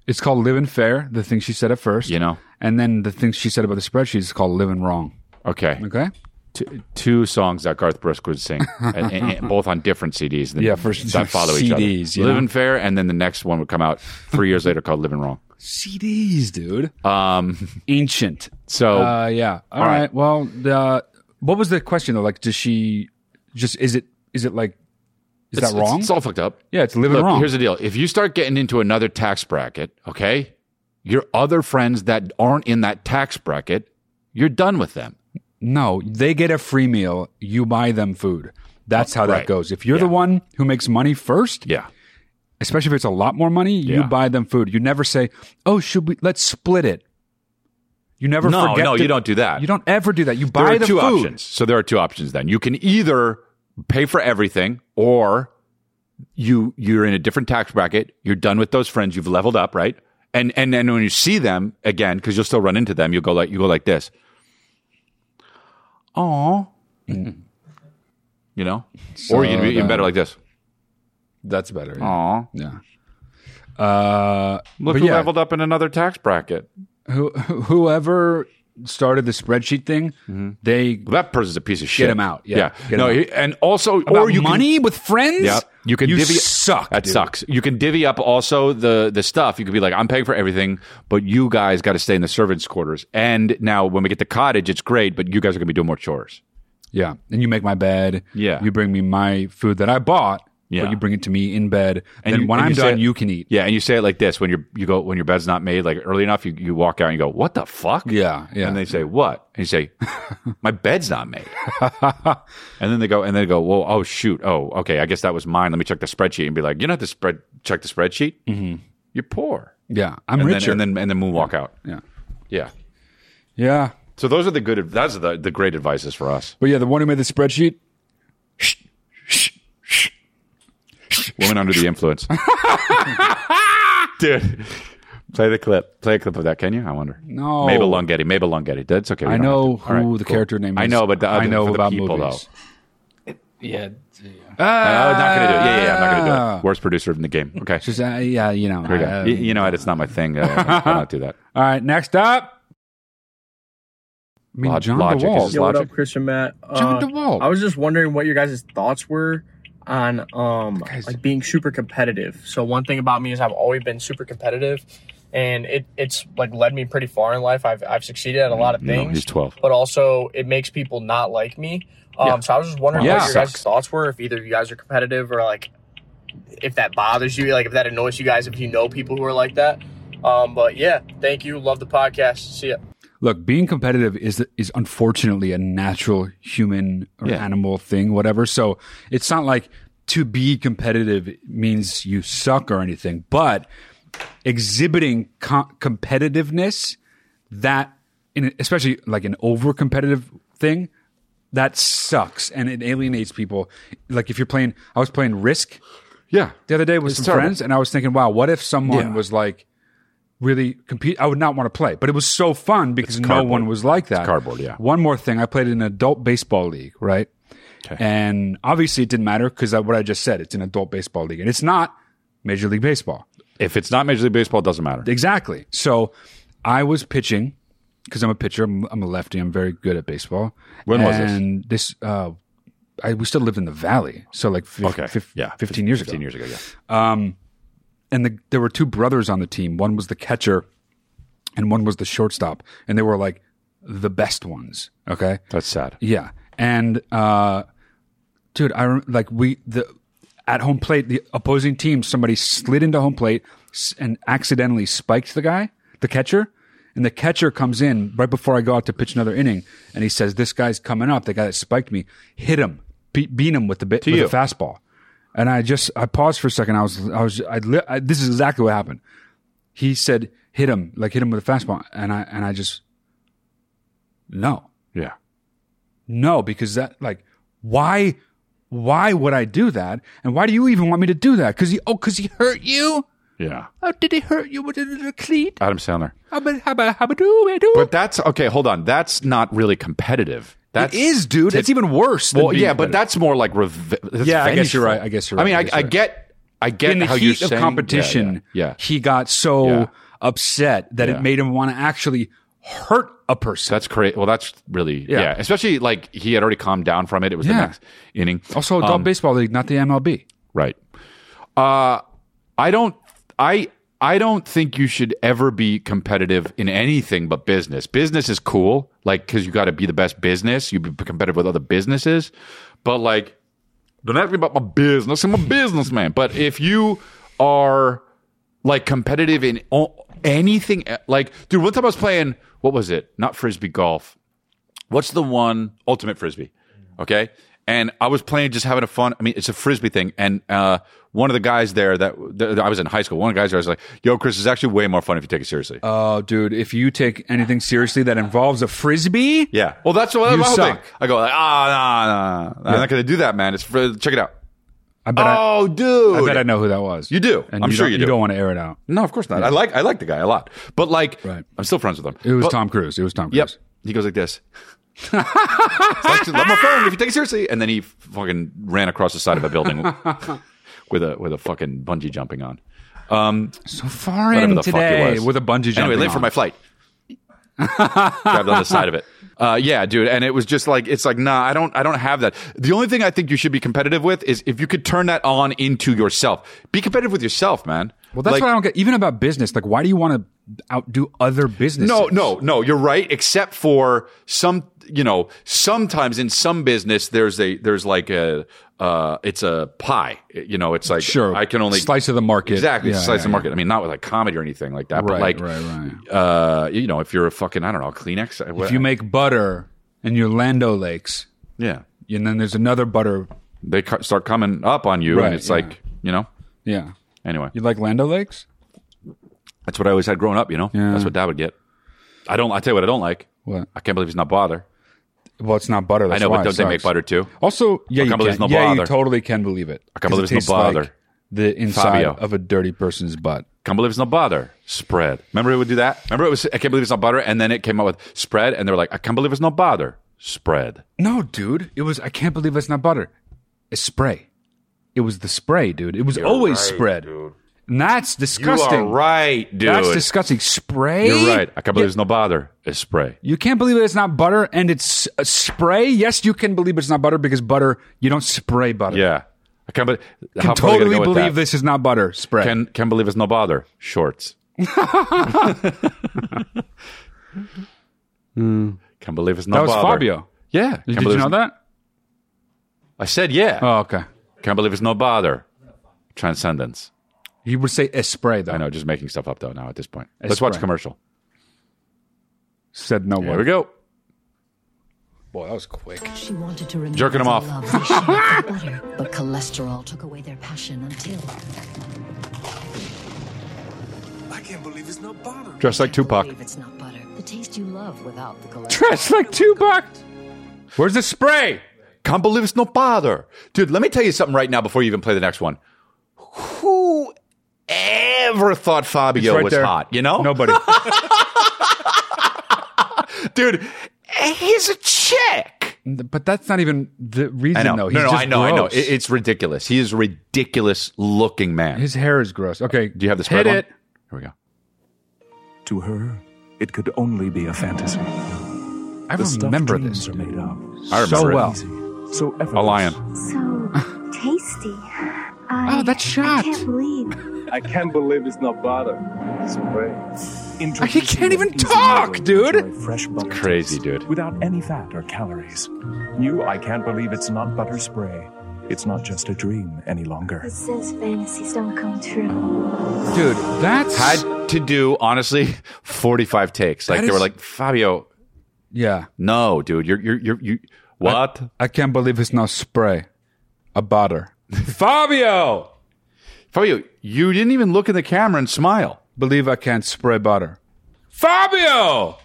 Speaker 2: it's called living fair, the thing she said at first.
Speaker 3: You know?
Speaker 2: And then the thing she said about the spreadsheet is called living wrong.
Speaker 3: Okay.
Speaker 2: Okay?
Speaker 3: T- two songs that Garth Brooks would
Speaker 2: *laughs*
Speaker 3: sing, and, and- and both on different CDs. that-
Speaker 2: Yeah, first
Speaker 3: that follow each other.
Speaker 2: CDs, you know?
Speaker 3: Living Fair, and then the next one would come out three years later called Living Wrong.
Speaker 2: CDs, dude.
Speaker 3: Um,
Speaker 2: Ancient.
Speaker 3: so
Speaker 2: Uh, yeah. all
Speaker 3: Oh. All
Speaker 2: right.
Speaker 3: right.
Speaker 2: Well, the, what was the question though? Like, does she just is it is it like is
Speaker 3: it's,
Speaker 2: that wrong?
Speaker 3: It's, it's all fucked up.
Speaker 2: yeah, it's living
Speaker 3: Look,
Speaker 2: wrong.
Speaker 3: here's the deal: if you start getting into another tax bracket, okay, your other friends that aren't in that tax bracket, you're done with them.
Speaker 2: No, they get a free meal. You buy them food. That's how that
Speaker 3: Right.
Speaker 2: goes. If you're the
Speaker 3: Yeah.
Speaker 2: one who makes money first,
Speaker 3: Yeah,
Speaker 2: especially if it's a lot more money, you
Speaker 3: Yeah.
Speaker 2: buy them food. You never say, "Oh, should we? Let's split it." You never.
Speaker 3: No,
Speaker 2: forget
Speaker 3: no,
Speaker 2: to-
Speaker 3: you don't do that.
Speaker 2: You don't ever do that. You
Speaker 3: there
Speaker 2: buy
Speaker 3: are
Speaker 2: the
Speaker 3: two
Speaker 2: food.
Speaker 3: options. So there are two options. Then you can either pay for everything, or you you're in a different tax bracket. You're done with those friends. You've leveled up, right? And and and when you see them again, because you'll still run into them, you'll go like you go like this. Oh, you know, or you can be even
Speaker 2: then-
Speaker 3: better like this.
Speaker 2: That's better. yeah.
Speaker 3: Aw.
Speaker 2: Yeah. Uh,
Speaker 3: Look
Speaker 2: but
Speaker 3: who
Speaker 2: yeah,
Speaker 3: leveled up in another tax bracket.
Speaker 2: who, whoever started the spreadsheet thing, they
Speaker 3: Mm-hmm. Well, that person's a piece of shit.
Speaker 2: him out, yeah. Get
Speaker 3: No,
Speaker 2: him out.
Speaker 3: he- and also,
Speaker 2: about
Speaker 3: or you can-
Speaker 2: money with friends.
Speaker 3: Yeah, you can
Speaker 2: you
Speaker 3: divvy
Speaker 2: suck.
Speaker 3: That
Speaker 2: dude.
Speaker 3: sucks. You can divvy up also the the stuff. You could be like, I'm paying for everything, but you guys got to stay in the servants' quarters. And now when we get to cottage, it's great, but you guys are gonna be doing more chores.
Speaker 2: Yeah, and you make my bed.
Speaker 3: Yeah.
Speaker 2: you bring me my food that I bought.
Speaker 3: Yeah.
Speaker 2: but you bring it to me in bed. And
Speaker 3: And
Speaker 2: then
Speaker 3: you-
Speaker 2: when
Speaker 3: and
Speaker 2: I'm
Speaker 3: you say-
Speaker 2: done, you can eat.
Speaker 3: Yeah, and you say it like this when you're you go when your bed's not made like early enough. You you walk out and you go, what the fuck?
Speaker 2: Yeah, yeah.
Speaker 3: And they say what? And you say, my bed's
Speaker 2: *laughs*
Speaker 3: not made. and then they go and they go, well, oh shoot, oh okay, I guess that was mine. Let me check the spreadsheet and be like, you don't have to spread check the spreadsheet. Mm-hmm. You're poor.
Speaker 2: Yeah, I'm
Speaker 3: And then,
Speaker 2: richer.
Speaker 3: and then and then moonwalk out.
Speaker 2: yeah,
Speaker 3: Yeah.
Speaker 2: yeah.
Speaker 3: So those are the good. That's the the great advices for us.
Speaker 2: But yeah, the one who made the spreadsheet.
Speaker 3: Women under
Speaker 2: *laughs*
Speaker 3: the influence. Dude, play the clip. Play a clip of that, can you? I wonder.
Speaker 2: No.
Speaker 3: Mabel Longetti. Mabel Longetti. That's okay. we
Speaker 2: I
Speaker 3: don't
Speaker 2: know
Speaker 3: have to. All
Speaker 2: who the character name
Speaker 3: I
Speaker 2: is.
Speaker 3: know, but the,
Speaker 2: I
Speaker 3: other-
Speaker 2: know
Speaker 3: for the
Speaker 2: about
Speaker 3: people
Speaker 2: movies.
Speaker 3: though.
Speaker 7: Yeah.
Speaker 3: I'm not gonna do it. Yeah, yeah, yeah, I'm not gonna do it. Worst producer in the game. Okay,
Speaker 2: Ah. Just, uh, yeah, you know.
Speaker 3: Here we go.
Speaker 2: uh,
Speaker 3: Y- you, know what? It's not my thing. Uh,
Speaker 2: *laughs*
Speaker 3: I'll not do that.
Speaker 2: all right, next up. I mean,
Speaker 3: Log-
Speaker 2: John
Speaker 3: logic
Speaker 2: DeWalt.
Speaker 3: is-
Speaker 8: Yo, what
Speaker 3: Logic.
Speaker 8: up, Christian Matt?
Speaker 2: John
Speaker 8: Uh,
Speaker 2: DeWalt.
Speaker 8: I was just wondering what your guys' thoughts were on um
Speaker 2: Guys.
Speaker 8: like being super competitive. So one thing about me is I've always been super competitive and it it's like led me pretty far in life. I've I've succeeded at a lot of
Speaker 3: Mm, No,
Speaker 8: things.
Speaker 3: he's 12.
Speaker 8: But also it makes people not like me. Um
Speaker 3: Yeah.
Speaker 8: so I was just wondering
Speaker 3: Yeah.
Speaker 8: what your guys'
Speaker 3: Sucks.
Speaker 8: thoughts were if either of you guys are competitive or like if that bothers you, like if that annoys you guys if you know people who are like that. Um but yeah, thank you. Love the podcast. See ya.
Speaker 2: Look, being competitive is is unfortunately a natural human or
Speaker 3: Yeah.
Speaker 2: animal thing, whatever. So it's not like to be competitive means you suck or anything, but exhibiting com- competitiveness that, in, especially like an over competitive thing, that sucks and it alienates people. Like if you're playing, I was playing Risk
Speaker 3: Yeah,
Speaker 2: the other day with
Speaker 3: It's
Speaker 2: some
Speaker 3: terrible.
Speaker 2: friends, and I was thinking, wow, what if someone
Speaker 3: Yeah.
Speaker 2: was like really compete? I would not want to play, but it was so fun because no
Speaker 3: cardboard.
Speaker 2: one was like that.
Speaker 3: cardboard, yeah.
Speaker 2: One more thing, I played in an adult baseball league, right? And obviously, it didn't matter because what I just said, it's an adult baseball league, and it's not Major League Baseball.
Speaker 3: If it's not Major League Baseball, it doesn't matter.
Speaker 2: Exactly. So I was pitching because I'm a pitcher. I'm, I'm a lefty. I'm very good at baseball.
Speaker 3: When was this?
Speaker 2: And this, uh, I, we still lived in the valley, so like fif-
Speaker 3: Okay.
Speaker 2: fif-
Speaker 3: yeah.
Speaker 2: 15 years ago Um,
Speaker 3: 15 years ago, yeah.
Speaker 2: and the, there were two brothers on the team. One was the catcher, and one was the shortstop, and they were like the best ones. Okay,
Speaker 3: That's sad.
Speaker 2: yeah, and uh, dude, I rem- like we the at home plate the opposing team somebody slid into home plate s- and accidentally spiked the guy, the catcher. And the catcher comes in right before I go out to pitch another inning, and he says, "This guy's coming up. The guy that spiked me hit him, beat, beat him with the bit, with
Speaker 3: you.
Speaker 2: the fastball." And I just I paused for a second. I was I was I, li- I this is exactly what happened. He said, "Hit him, like hit him with a fastball," and I and I just no.
Speaker 3: Yeah.
Speaker 2: No, because that like why why would I do that? And why do you even want me to do that? Cause he oh, cause he hurt you?
Speaker 3: Yeah.
Speaker 2: Oh, did he hurt you with a little cleat?
Speaker 3: Adam Sandler.
Speaker 2: How about how about how about do we do?
Speaker 3: But that's okay. Hold on. That's not really competitive. That's
Speaker 2: It is, dude.
Speaker 3: Tit-
Speaker 2: It's even worse. Than
Speaker 3: well,
Speaker 2: being
Speaker 3: yeah, but
Speaker 2: competitive.
Speaker 3: that's more like reve- that's
Speaker 2: Yeah, I guess you're
Speaker 3: vengeful.
Speaker 2: right. I guess you're right.
Speaker 3: I mean,
Speaker 2: I
Speaker 3: I,
Speaker 2: guess
Speaker 3: I
Speaker 2: you're right.
Speaker 3: get, I get
Speaker 2: in the
Speaker 3: how
Speaker 2: heat
Speaker 3: you're
Speaker 2: of
Speaker 3: saying-
Speaker 2: competition.
Speaker 3: Yeah, yeah, yeah.
Speaker 2: he got so
Speaker 3: Yeah.
Speaker 2: upset that
Speaker 3: Yeah.
Speaker 2: it made him want to actually hurt a person.
Speaker 3: That's crazy. Well, that's really yeah.
Speaker 2: Yeah.
Speaker 3: Especially like he had already calmed down from it. It was the
Speaker 2: Yeah.
Speaker 3: next inning.
Speaker 2: also adult
Speaker 3: Um,
Speaker 2: baseball league, not the MLB.
Speaker 3: Right. Uh, I don't. I I don't think you should ever be competitive in anything but business. Business is cool, like because you got to be the best business. You be competitive with other businesses, but like, don't ask me about my business. I'm a businessman. But if you are like competitive in o- anything, e- like dude, one time I was playing. What was it? Not frisbee golf. What's the one ultimate frisbee? Okay. And I was playing, just having a fun. I mean, it's a frisbee thing. And uh, one of the guys there that, that I was in high school, one of the guys there was like, "Yo, Chris, it's actually way more fun if you take it seriously."
Speaker 2: Oh, dude, if you take anything seriously that involves a frisbee,
Speaker 3: yeah. Well, that's what
Speaker 2: You
Speaker 3: my whole thing.
Speaker 2: suck.
Speaker 3: I go like, "Ah, nah, nah, nah. I'm not gonna do that, man. It's fr- check it out."
Speaker 2: I bet I,
Speaker 3: oh, dude.
Speaker 2: I bet I know who that was.
Speaker 3: You do.
Speaker 2: and
Speaker 3: I'm
Speaker 2: you
Speaker 3: sure
Speaker 2: don't,
Speaker 3: you do.
Speaker 2: don't want to air it out.
Speaker 3: No, of course not. I like I like the guy a lot, but like,
Speaker 2: Right.
Speaker 3: I'm still friends with him.
Speaker 2: It was
Speaker 3: But-
Speaker 2: Tom Cruise. It was Tom Cruise.
Speaker 3: Yep. He goes like this.
Speaker 2: *laughs*
Speaker 3: It's like, love my phone if you take it seriously. And then he fucking ran across the side of a building
Speaker 2: *laughs*
Speaker 3: with a with a fucking bungee jumping on. Um,
Speaker 2: So far
Speaker 3: whatever
Speaker 2: in
Speaker 3: the fuck
Speaker 2: today
Speaker 3: it was.
Speaker 2: with a bungee jump.
Speaker 3: Anyway, late for my flight. Grabbed on the side of it. Uh, yeah, dude. And it was just like it's like nah, I don't I don't have that. The only thing I think you should be competitive with is if you could turn that on into yourself. Be competitive with yourself, man.
Speaker 2: Well, that's
Speaker 3: Like-
Speaker 2: what I don't get. Even about business, like why do you want to outdo other businesses?
Speaker 3: No, no, no. You're right, except for some. You know, sometimes in some business, there's a there's like a uh, it's a pie. You know, it's like
Speaker 2: Sure.
Speaker 3: I can only
Speaker 2: Slice of the market.
Speaker 3: Exactly,
Speaker 2: Yeah,
Speaker 3: slice
Speaker 2: yeah,
Speaker 3: of the market. I mean, not with like comedy or anything like that, but
Speaker 2: Right,
Speaker 3: like
Speaker 2: right, right.
Speaker 3: Uh, you know, if you're a fucking I don't know Kleenex, uh, I-
Speaker 2: If you make butter and your Lando Lakes,
Speaker 3: yeah,
Speaker 2: and then there's another butter.
Speaker 3: they ca- start coming up on you,
Speaker 2: Right,
Speaker 3: and it's
Speaker 2: yeah.
Speaker 3: like you know.
Speaker 2: Yeah.
Speaker 3: Anyway,
Speaker 2: You like Lando Lakes?
Speaker 3: that's what I always had growing up. You know,
Speaker 2: Yeah.
Speaker 3: that's what Dad would get. I don't. I tell you what, I don't like.
Speaker 2: What?
Speaker 3: I can't believe he's not bother.
Speaker 2: Well, it's not butter.
Speaker 3: I
Speaker 2: That's
Speaker 3: know,
Speaker 2: why
Speaker 3: but
Speaker 2: it
Speaker 3: don't they make
Speaker 2: sucks.
Speaker 3: butter too?
Speaker 2: Also, yeah,
Speaker 3: I
Speaker 2: you
Speaker 3: can't believe
Speaker 2: can.
Speaker 3: it's no
Speaker 2: yeah, you
Speaker 3: bother.
Speaker 2: totally can believe it.
Speaker 3: I can't believe
Speaker 2: 'Cause
Speaker 3: it's
Speaker 2: it
Speaker 3: no
Speaker 2: tastes like
Speaker 3: bother.
Speaker 2: the inside
Speaker 3: Fabio.
Speaker 2: of a dirty person's butt.
Speaker 3: Can't believe it's not butter. Spread. Remember it would do that? Remember it was I can't believe it's not butter, and then it came out with spread, and they were like, I can't believe it's not butter. Spread.
Speaker 2: No, dude, it was. I can't believe it's not butter. is spray. It was the spray, dude. It was always
Speaker 3: right,
Speaker 2: spread. And that's disgusting.
Speaker 3: You are right, dude.
Speaker 2: That's disgusting. Spray?
Speaker 3: You're right. I can't believe it's no bother. It's spray.
Speaker 2: You can't believe it's not butter and it's uh, spray. Yes, you can believe it's not butter because butter, you don't spray butter.
Speaker 3: Yeah. I can't believe.
Speaker 2: Can totally believe this is not butter spray.
Speaker 3: Can, can't believe it's no bother.
Speaker 2: *laughs*
Speaker 3: Shorts. *laughs* Can't believe it's no
Speaker 2: that was
Speaker 3: bother.
Speaker 2: Fabio.
Speaker 3: Yeah. Can't
Speaker 2: Did
Speaker 3: believe
Speaker 2: you know
Speaker 3: it's-
Speaker 2: that?
Speaker 3: I said yeah.
Speaker 2: Oh, okay.
Speaker 3: Can't believe it's no bother. Transcendence.
Speaker 2: You would say espray though.
Speaker 3: I know, just making stuff up though now at this point. Let's watch a
Speaker 2: spray.
Speaker 3: commercial.
Speaker 2: Said no
Speaker 3: Here we
Speaker 2: word.
Speaker 3: go.
Speaker 2: Boy, that was quick.
Speaker 7: She wanted to remove
Speaker 3: Jerking 'em off.
Speaker 7: Love they
Speaker 3: *laughs*
Speaker 7: shared with butter,
Speaker 2: *laughs*
Speaker 7: but cholesterol took away their passion until
Speaker 9: I can't believe it's not butter.
Speaker 3: Dressed like Tupac.
Speaker 7: believe it's not butter. The taste you love without the cholesterol.
Speaker 2: Dressed like Tupac. Where's the spray?
Speaker 3: Can't believe it's no bother. Dude, let me tell you something right now before you even play the next one. Who ever thought Fabio
Speaker 2: right
Speaker 3: was
Speaker 2: there.
Speaker 3: hot? You know? *laughs*
Speaker 2: Nobody.
Speaker 3: Dude, he's a chick.
Speaker 2: but that's not even the reason
Speaker 3: I know.
Speaker 2: though. He's
Speaker 3: no, no,
Speaker 2: just
Speaker 3: I know, I know.
Speaker 2: gross.
Speaker 3: It- it's ridiculous. He is a ridiculous looking man.
Speaker 2: His hair is gross. Okay.
Speaker 3: Do you have
Speaker 2: Hit
Speaker 3: the spread one?
Speaker 2: it.
Speaker 3: Here we go.
Speaker 9: To her, it could only be a fantasy.
Speaker 2: I
Speaker 9: The stuff
Speaker 2: remember
Speaker 9: dreams
Speaker 2: this
Speaker 9: are made up.
Speaker 3: I remember
Speaker 2: so
Speaker 3: it.
Speaker 2: well.
Speaker 9: So effortless.
Speaker 3: A lion.
Speaker 10: So tasty. I,
Speaker 2: Wow, Oh, that shot.
Speaker 10: I can't believe.
Speaker 9: I can't believe it's not butter. Spray.
Speaker 3: Ah,
Speaker 2: He can't even talk, dude.
Speaker 9: Fresh butter
Speaker 3: Crazy,
Speaker 9: taste
Speaker 3: dude.
Speaker 9: Without any fat or calories. New I can't believe it's not butter spray. It's not just a dream any longer.
Speaker 10: It says fantasies don't come true.
Speaker 2: Dude, that's
Speaker 3: Had to do, honestly, *laughs* 45 takes. Like,
Speaker 2: That
Speaker 3: they were
Speaker 2: is-
Speaker 3: like, Fabio,
Speaker 2: yeah.
Speaker 3: no, dude, you're, you're, you're, you, what?
Speaker 2: I can't believe it's not spray. A butter. Fabio,
Speaker 3: Fabio, you didn't even look in the camera and smile.
Speaker 2: believe I can't spray butter. Fabio.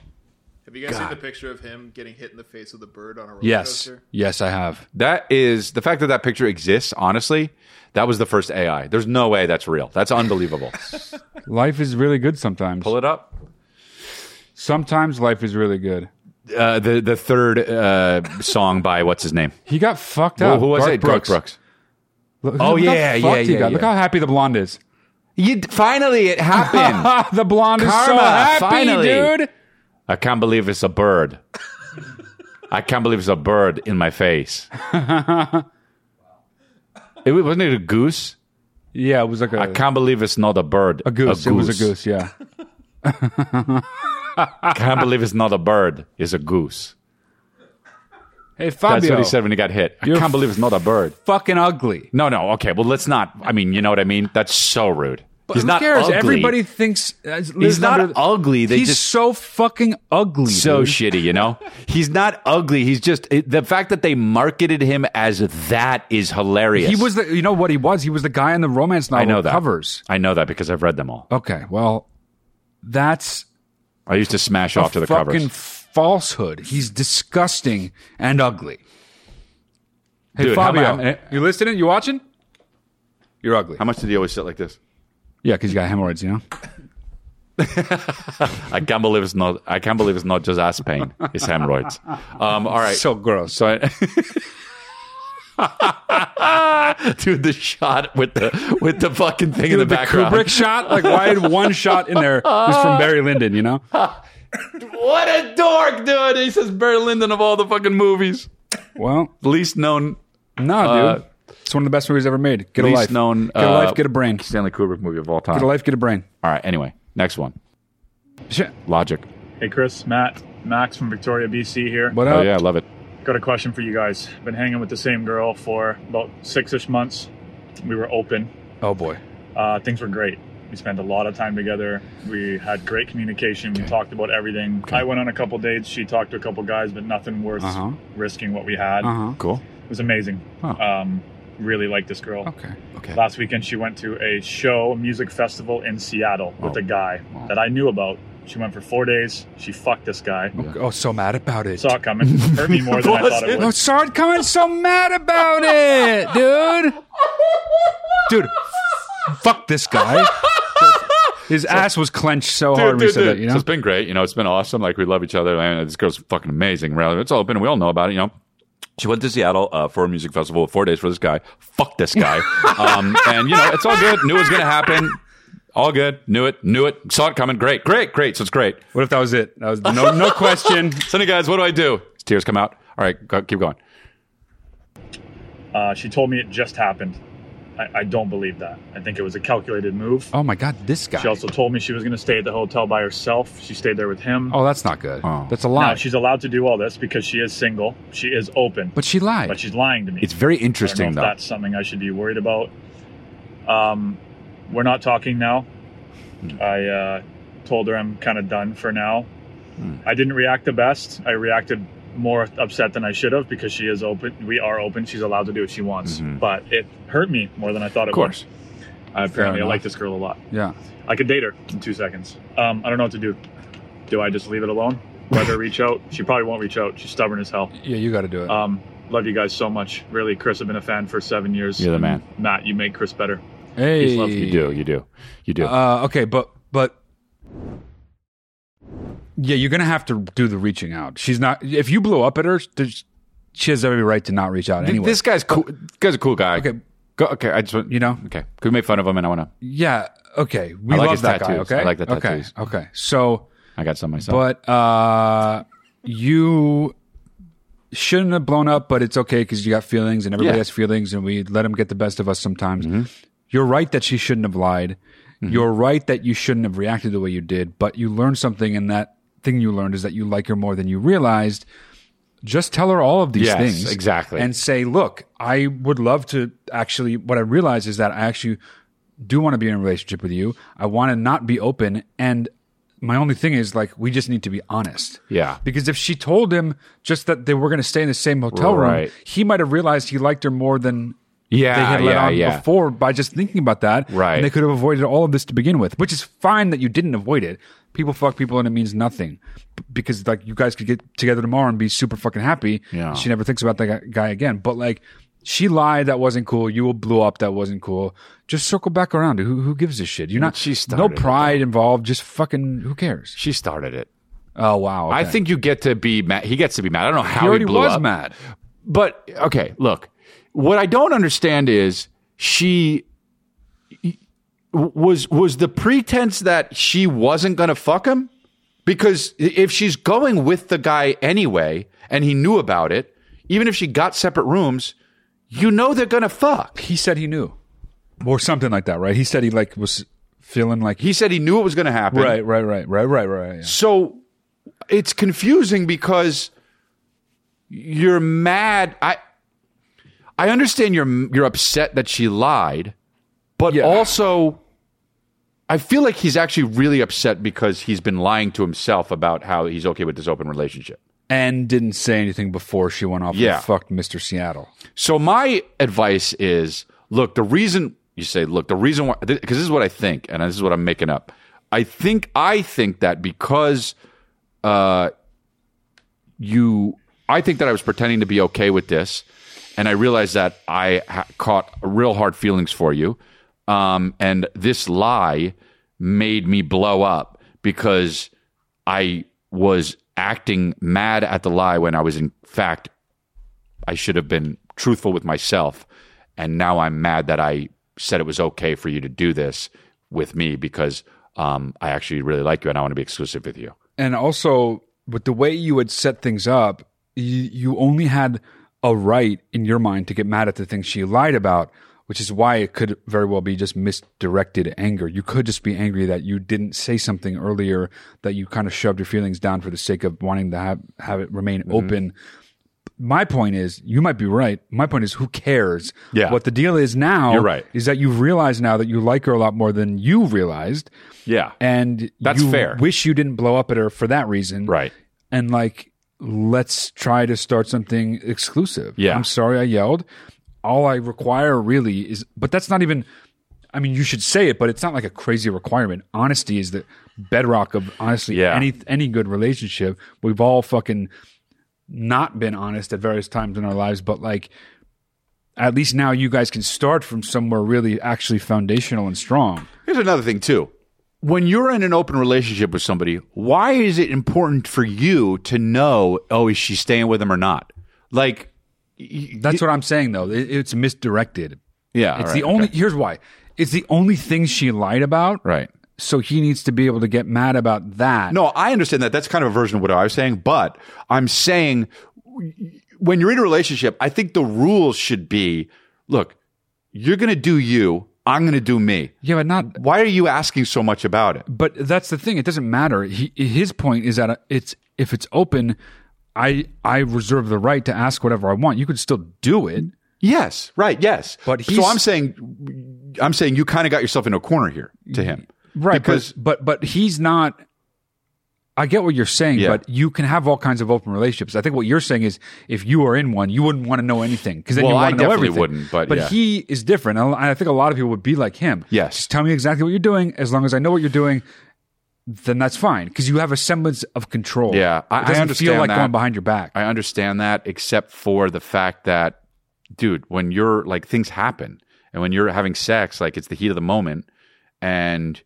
Speaker 6: Have you guys seen the picture of him getting hit in the face with a bird on a roller
Speaker 2: Yes.
Speaker 6: coaster?
Speaker 2: Yes, I have.
Speaker 3: That is the fact that that picture exists, honestly, that was the first AI. There's no way that's real.
Speaker 2: *laughs*
Speaker 3: That's unbelievable.
Speaker 2: Life is really good sometimes.
Speaker 3: Pull it up.
Speaker 2: Sometimes life is really good.
Speaker 3: Uh, the, the third uh, song by what's his name?
Speaker 2: He got fucked
Speaker 3: Who-
Speaker 2: up.
Speaker 3: who was
Speaker 2: Garth
Speaker 3: it? Garth Brooks.
Speaker 2: Look-
Speaker 3: Oh,
Speaker 2: look how
Speaker 3: yeah,
Speaker 2: fucked
Speaker 3: yeah,
Speaker 2: he
Speaker 3: yeah,
Speaker 2: got. Look
Speaker 3: yeah.
Speaker 2: how happy the blonde is.
Speaker 3: You, finally, it happened.
Speaker 2: *laughs* the blonde is so
Speaker 3: Karma,
Speaker 2: happy,
Speaker 3: finally.
Speaker 2: dude.
Speaker 3: I can't believe it's a bird. I can't believe it's a bird in
Speaker 2: *laughs*
Speaker 3: my face. it wa- wasn't it a goose.
Speaker 2: Yeah, it was like a,
Speaker 3: I can't believe it's not a bird.
Speaker 2: a goose. It was a goose. Yeah,
Speaker 3: I *laughs* can't believe it's not a bird. It's a goose.
Speaker 2: Hey
Speaker 3: That's
Speaker 2: Fabio,
Speaker 3: what he said when he got hit. I
Speaker 2: You're
Speaker 3: can't believe it's not a bird.
Speaker 2: fucking ugly.
Speaker 3: No, no. Okay. Well, let's not. I mean, you know what I mean. That's so rude.
Speaker 2: But
Speaker 3: He's
Speaker 2: who
Speaker 3: not
Speaker 2: cares?
Speaker 3: ugly.
Speaker 2: Everybody thinks uh,
Speaker 3: He's
Speaker 2: lives
Speaker 3: not
Speaker 2: under-
Speaker 3: ugly. They
Speaker 2: he's
Speaker 3: just
Speaker 2: so fucking ugly.
Speaker 3: so
Speaker 2: dude.
Speaker 3: shitty, you know? He's not ugly. He's just it, the fact that they marketed him as that is hilarious.
Speaker 2: He was the. You know what he was? He was the guy in the romance
Speaker 3: I
Speaker 2: novel
Speaker 3: know that.
Speaker 2: covers.
Speaker 3: I know that because I've read them all.
Speaker 2: Okay, well, that's
Speaker 3: I used to smash
Speaker 2: a
Speaker 3: off to the
Speaker 2: fucking
Speaker 3: covers.
Speaker 2: falsehood. He's disgusting and ugly. Hey
Speaker 3: Dude, how
Speaker 2: Fabio, eh,
Speaker 3: mu-
Speaker 2: you listening? You watching? You're ugly.
Speaker 3: How much did he always sit like this?
Speaker 2: Yeah, because you got hemorrhoids. You know.
Speaker 3: I can't believe it's not. I can't believe it's not just ass pain. It's hemorrhoids. Um, all right.
Speaker 2: So gross.
Speaker 3: So I- *laughs* Dude, the shot with the with the fucking thing in the,
Speaker 2: Dude,
Speaker 3: background.
Speaker 2: Kubrick shot. Like, why had one shot in there just
Speaker 3: *laughs*
Speaker 2: from Barry Lyndon? You know,
Speaker 3: What a dork, dude! He says Barry Lyndon of all the fucking movies,
Speaker 2: well,
Speaker 3: least known
Speaker 2: no,
Speaker 3: Uh,
Speaker 2: dude. It's one of the best movies ever made. Get a
Speaker 3: least
Speaker 2: life.
Speaker 3: known
Speaker 2: get a
Speaker 3: uh,
Speaker 2: life. Get a brain. Get
Speaker 3: Stanley Kubrick movie of all time.
Speaker 2: a life. Get a brain.
Speaker 3: All right. Anyway, next one.
Speaker 2: Shit.
Speaker 3: Logic.
Speaker 11: Hey, Chris, Matt, Max from Victoria, BC here.
Speaker 2: What up?
Speaker 3: Oh yeah, I love it.
Speaker 11: Got a question for you guys. Been hanging with the same girl for about six ish months. We were open,
Speaker 2: Oh boy.
Speaker 11: uh, things were great. We spent a lot of time together. We had great communication. We talked about everything. I went on a couple dates. She talked to a couple guys, but nothing worth
Speaker 2: Uh-huh.
Speaker 11: risking what we had.
Speaker 2: Uh huh.
Speaker 3: Uh-huh. Cool.
Speaker 11: It was amazing.
Speaker 3: Huh.
Speaker 11: Um, really liked this girl.
Speaker 2: Okay.
Speaker 3: Okay.
Speaker 11: Last weekend, she went to a show, a music festival in Seattle with
Speaker 3: Wow.
Speaker 11: a guy
Speaker 3: Wow.
Speaker 11: that I knew about. She went for four days. She fucked this guy.
Speaker 2: Oh, so mad about it.
Speaker 11: Saw it coming.
Speaker 3: *laughs*
Speaker 11: Hurt me more than
Speaker 2: *laughs*
Speaker 11: I thought it
Speaker 2: No,
Speaker 11: would.
Speaker 2: Sard coming so mad about it, dude. Dude, fuck this
Speaker 3: *laughs*
Speaker 2: guy. His ass was clenched so hard when he said that. You know.
Speaker 3: So it's been great. You know, it's been awesome. Like we love each other. And this girl's fucking amazing. Really, it's open. We all know about it. You know, she went to Seattle uh, for a music festival with four days for this guy. Fuck
Speaker 2: *laughs*
Speaker 3: this guy. um, and, you know, it's all good. Knew it was going to happen. All good. Knew it. Knew it. Saw it coming. Great. Great. Great. So it's great.
Speaker 2: What if that was it? That was no, no question.
Speaker 3: *laughs* so, hey, guys, what do I do? Tears come out. All right, go, keep going.
Speaker 11: Uh, she told me it just happened. I, I don't believe that. I think it was a calculated move.
Speaker 3: Oh, my God, this guy.
Speaker 11: She also told me she was going to stay at the hotel by herself. She stayed there with him.
Speaker 2: Oh, that's not good. That's a lie.
Speaker 11: Now, she's allowed to do all this because she is single. She is open.
Speaker 3: But she lied.
Speaker 11: But she's lying to me.
Speaker 3: It's very
Speaker 11: I
Speaker 3: interesting,
Speaker 11: don't know
Speaker 3: though.
Speaker 11: if that's something I should be worried about. Um, we're not talking now.
Speaker 3: Hmm.
Speaker 11: I uh, told her I'm kind of done for now.
Speaker 3: Hmm.
Speaker 11: I didn't react the best. I reacted more upset than I should have because she is open. We are open. She's allowed to do what she wants. But it hurt me more than I thought it
Speaker 3: Mm-hmm. Of course.
Speaker 11: would. I apparently, I
Speaker 3: enough.
Speaker 11: like this girl a lot.
Speaker 2: Yeah.
Speaker 11: I could date her in two seconds. Um, I don't know what to do. Do I just leave it alone? Let her reach out? She probably won't reach out. She's stubborn as hell.
Speaker 2: Yeah, you got to do it.
Speaker 11: Um, love you guys so much. Really, Chris, I've been a fan for seven years.
Speaker 3: You're the man.
Speaker 11: Matt, you make Chris better.
Speaker 2: hey.
Speaker 11: he's lovely.
Speaker 3: You do. You do. You do.
Speaker 2: Uh, okay, but but yeah, you're gonna have to do the reaching out. She's not. If you blow up at her, there's- she has every right to not reach out
Speaker 3: Th-
Speaker 2: anyway.
Speaker 3: This guy's cool. This guy's a cool guy.
Speaker 2: Okay.
Speaker 3: Go, okay. I just want,
Speaker 2: you know.
Speaker 3: okay. Could we make fun of him? And I want to.
Speaker 2: Yeah. Okay. We
Speaker 3: I like
Speaker 2: love
Speaker 3: his
Speaker 2: that
Speaker 3: tattoos.
Speaker 2: guy. Okay.
Speaker 3: I like the tattoos.
Speaker 2: Okay. Okay. So,
Speaker 3: I got some myself.
Speaker 2: but uh, you shouldn't have blown up, but it's okay because you got feelings, and everybody
Speaker 3: Yeah. Mm-hmm.
Speaker 2: has feelings, and we let them get the best of us sometimes. You're right that she shouldn't have lied. You're right that you shouldn't have reacted the way you did, but you learned something, and that thing you learned is that you like her more than you realized. Just tell her all of these
Speaker 3: Yes,
Speaker 2: things
Speaker 3: exactly.
Speaker 2: and say, "Look, I would love to actually." What I realize is that I actually do want to be in a relationship with you. I want to not be open, and my only thing is like we just need to be honest.
Speaker 3: yeah.
Speaker 2: Because if she told him just that they were going to stay in the same hotel room,
Speaker 3: Right.
Speaker 2: he might have realized he liked her more than
Speaker 3: Yeah.
Speaker 2: they had
Speaker 3: yeah.
Speaker 2: let on
Speaker 3: yeah.
Speaker 2: before by just thinking about that.
Speaker 3: Right.
Speaker 2: And they could have avoided all of this to begin with, which is fine that you didn't avoid it. People fuck people and it means nothing B- because like you guys could get together tomorrow and be super fucking happy.
Speaker 3: Yeah.
Speaker 2: She never thinks about that guy- guy again. But like she lied. That wasn't cool. You blew up. That wasn't cool. Just circle back around. Who, who gives a shit? You're not,
Speaker 3: She
Speaker 2: no
Speaker 3: started it,
Speaker 2: pride involved. Just fucking, who cares?
Speaker 3: She started it.
Speaker 2: Oh, wow.
Speaker 3: I
Speaker 2: okay.
Speaker 3: think you get to be mad. He gets to be mad. I don't know
Speaker 2: he
Speaker 3: how he,
Speaker 2: already
Speaker 3: blew
Speaker 2: was
Speaker 3: up.
Speaker 2: mad.
Speaker 3: But okay, look. What I don't understand is she was was the pretense that she wasn't going to fuck him because if she's going with the guy anyway and he knew about it, even if she got separate rooms, you know they're going to fuck.
Speaker 2: he said he knew or something like that right he said he like was feeling like
Speaker 3: He said he knew it was going to happen.
Speaker 2: right right right right right right yeah.
Speaker 3: So it's confusing because you're mad. I I understand you're you're upset that she lied, but
Speaker 2: Yeah.
Speaker 3: also I feel like he's actually really upset because he's been lying to himself about how he's okay with this open relationship.
Speaker 2: and didn't say anything before she went off
Speaker 3: Yeah.
Speaker 2: and fucked mr seattle
Speaker 3: So my advice is, look, the reason you say, look, the reason why, because this is what I think, and this is what I'm making up. I think I think that because uh, you, I think that I was pretending to be okay with this, and I realized that I ha- caught real hard feelings for you, um, and this lie made me blow up because I was acting mad at the lie when I was in fact I should have been truthful with myself. And now I'm mad that I said it was okay for you to do this with me because um, I actually really like you and I want to be exclusive with you.
Speaker 2: and also with the way you had set things up you, you only had a right in your mind to get mad at the things she lied about which is why it could very well be just misdirected anger you could just be angry that you didn't say something earlier that you kind of shoved your feelings down for the sake of wanting to have, have it remain
Speaker 3: Mm-hmm.
Speaker 2: open my point is you might be right my point is who cares
Speaker 3: Yeah.
Speaker 2: what the deal is now
Speaker 3: You're right.
Speaker 2: is that you've realized now that you like her a lot more than you realized
Speaker 3: Yeah.
Speaker 2: and
Speaker 3: That's
Speaker 2: you
Speaker 3: fair.
Speaker 2: Wish you didn't blow up at her for that reason,
Speaker 3: Right.
Speaker 2: And like, let's try to start something exclusive.
Speaker 3: Yeah.
Speaker 2: I'm sorry I yelled. All I require really is, but that's not even. I mean, you should say it, but it's not like a crazy requirement. Honesty is the bedrock of honestly
Speaker 3: Yeah.
Speaker 2: any any good relationship. We've all fucking not been honest at various times in our lives, but like. At least now you guys can start from somewhere really actually foundational and strong.
Speaker 3: Here's another thing, too. When you're in an open relationship with somebody, why is it important for you to know, oh, is she staying with him or not? Like,
Speaker 2: That's what I'm saying though. It, it's misdirected.
Speaker 3: Yeah,
Speaker 2: It's
Speaker 3: all
Speaker 2: the
Speaker 3: right,
Speaker 2: only
Speaker 3: okay.
Speaker 2: here's why. It's the only thing she lied about.
Speaker 3: Right.
Speaker 2: So he needs to be able to get mad about that.
Speaker 3: No, I understand that. That's kind of a version of what I was saying, but I'm saying when you're in a relationship, I think the rules should be look, you're going to do you, I'm going to do me.
Speaker 2: Yeah, but not.
Speaker 3: Why are you asking so much about it?
Speaker 2: But that's the thing. It doesn't matter. He, his point is that uh, it's if it's open, I I reserve the right to ask whatever I want. You could still do it.
Speaker 3: Yes, right, yes.
Speaker 2: But
Speaker 3: so
Speaker 2: he's-
Speaker 3: I'm saying I'm saying you kind of got yourself in a corner here to him.
Speaker 2: Right, because
Speaker 3: Because-
Speaker 2: but, but but he's not. I get what you're saying,
Speaker 3: Yeah.
Speaker 2: but you can have all kinds of open relationships. I think what you're saying is if you are in one, you wouldn't want to know anything because then
Speaker 3: Well,
Speaker 2: you
Speaker 3: I
Speaker 2: want to know
Speaker 3: definitely
Speaker 2: everything.
Speaker 3: wouldn't, but yeah.
Speaker 2: he is different, and I think a lot of people would be like him.
Speaker 3: Yes.
Speaker 2: just tell me exactly what you're doing. As long as I know what you're doing, then that's fine because you have a semblance of control.
Speaker 3: Yeah,
Speaker 2: it
Speaker 3: I, I
Speaker 2: doesn't
Speaker 3: understand
Speaker 2: feel like
Speaker 3: that.
Speaker 2: going behind your back.
Speaker 3: I understand that, except for the fact that, dude, when you're like things happen, and when you're having sex, like it's the heat of the moment, and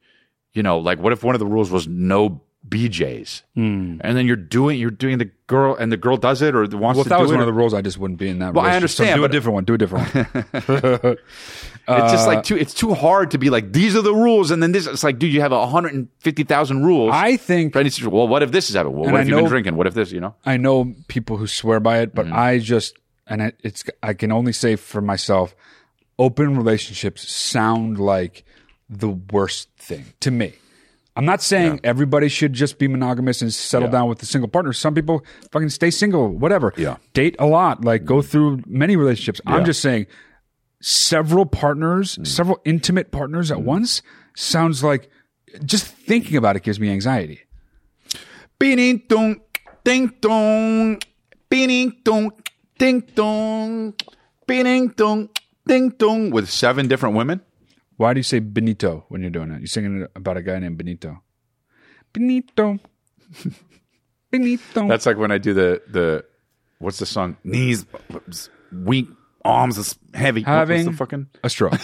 Speaker 3: you know, like what if one of the rules was no BJ's, and then you're doing you're doing the girl, and the girl does it or wants
Speaker 2: Hmm. Well, if
Speaker 3: to
Speaker 2: that
Speaker 3: do
Speaker 2: was
Speaker 3: it.
Speaker 2: one of the rules, I just wouldn't be in that.
Speaker 3: Well, I
Speaker 2: relationship. So
Speaker 3: understand,
Speaker 2: do a
Speaker 3: but-
Speaker 2: different one. Do a different one.
Speaker 3: *laughs* it's
Speaker 2: Uh,
Speaker 3: just like too it's too hard to be like these are the rules, and then this it's like, dude, you have hundred and fifty thousand rules.
Speaker 2: I think.
Speaker 3: for any situation. Well, what if this is happening? Well,
Speaker 2: And
Speaker 3: what
Speaker 2: I
Speaker 3: if you've been
Speaker 2: know-
Speaker 3: drinking? What if this? You know.
Speaker 2: I know people who swear by it, but
Speaker 3: Mm-hmm.
Speaker 2: I just and I, it's I can only say for myself, open relationships sound like the worst thing to me. I'm not saying everybody should just be monogamous and settle down with a single partner. Some people fucking stay single, whatever.
Speaker 3: Yeah. Mm-hmm.
Speaker 2: Date a lot, like go through many relationships.
Speaker 3: Yeah. Mm.
Speaker 2: I'm just saying several partners, several intimate partners at once sounds like just thinking about it gives me anxiety.
Speaker 3: Beating dong, ding dong. Beating dong, ding dong. Beating dong, ding dong. With seven different women.
Speaker 2: Why do you say Benito when you're doing it? You're singing about a guy named Benito. Benito. *laughs* Benito.
Speaker 3: That's like when I do the the what's the song? Knees weak, arms is heavy. What-
Speaker 2: having
Speaker 3: what's the fucking
Speaker 2: a
Speaker 3: *laughs*
Speaker 2: stroke.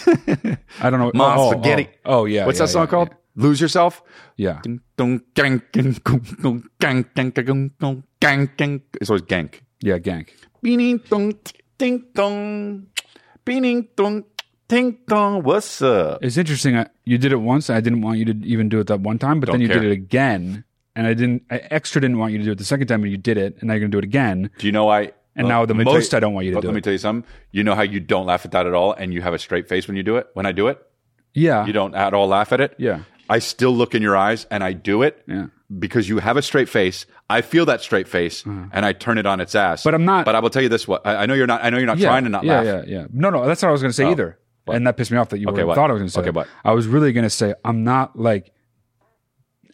Speaker 2: I don't know.
Speaker 3: Mom,
Speaker 2: oh, oh,
Speaker 3: spaghetti.
Speaker 2: Oh, oh, yeah.
Speaker 3: What's
Speaker 2: yeah,
Speaker 3: that song
Speaker 2: yeah,
Speaker 3: called? Lose yourself.
Speaker 2: Yeah.
Speaker 3: Ding, dong, gang, gang, gong, gong, gang, gang, gang, gong, gong, gang, gang. It's always gank.
Speaker 2: Yeah, gank.
Speaker 3: Beating dong, ding dong. Beating dong, ding dong. What's uh, up?
Speaker 2: It's interesting. I, you did it once. I didn't want you to even do it that one time, but
Speaker 3: Don't
Speaker 2: then you
Speaker 3: care.
Speaker 2: did it again. And I didn't, I extra didn't want you to do it the second time, but you did it. And now you're going to do it again.
Speaker 3: Do you know I?
Speaker 2: And now the
Speaker 3: let me tell
Speaker 2: most I don't want you to
Speaker 3: but
Speaker 2: do
Speaker 3: Let me
Speaker 2: it.
Speaker 3: tell you something. You know how you don't laugh at that at all, and you have a straight face when you do it. When I do it,
Speaker 2: Yeah.
Speaker 3: you don't at all laugh at it.
Speaker 2: Yeah.
Speaker 3: I still look in your eyes, and I do it.
Speaker 2: Yeah.
Speaker 3: Because you have a straight face, I feel that straight face, and I turn it on its ass.
Speaker 2: Hmm. But I'm not-
Speaker 3: But I will tell you this: what I, I know you're not. I know you're not
Speaker 2: yeah,
Speaker 3: trying to not
Speaker 2: yeah,
Speaker 3: laugh.
Speaker 2: Yeah, yeah. No, no, that's not what I was going to say
Speaker 3: Oh,
Speaker 2: either. And that pissed me off that you
Speaker 3: Okay,
Speaker 2: were-
Speaker 3: what?
Speaker 2: thought I was going to say.
Speaker 3: Okay,
Speaker 2: that.
Speaker 3: what?
Speaker 2: I was really going to say I'm not like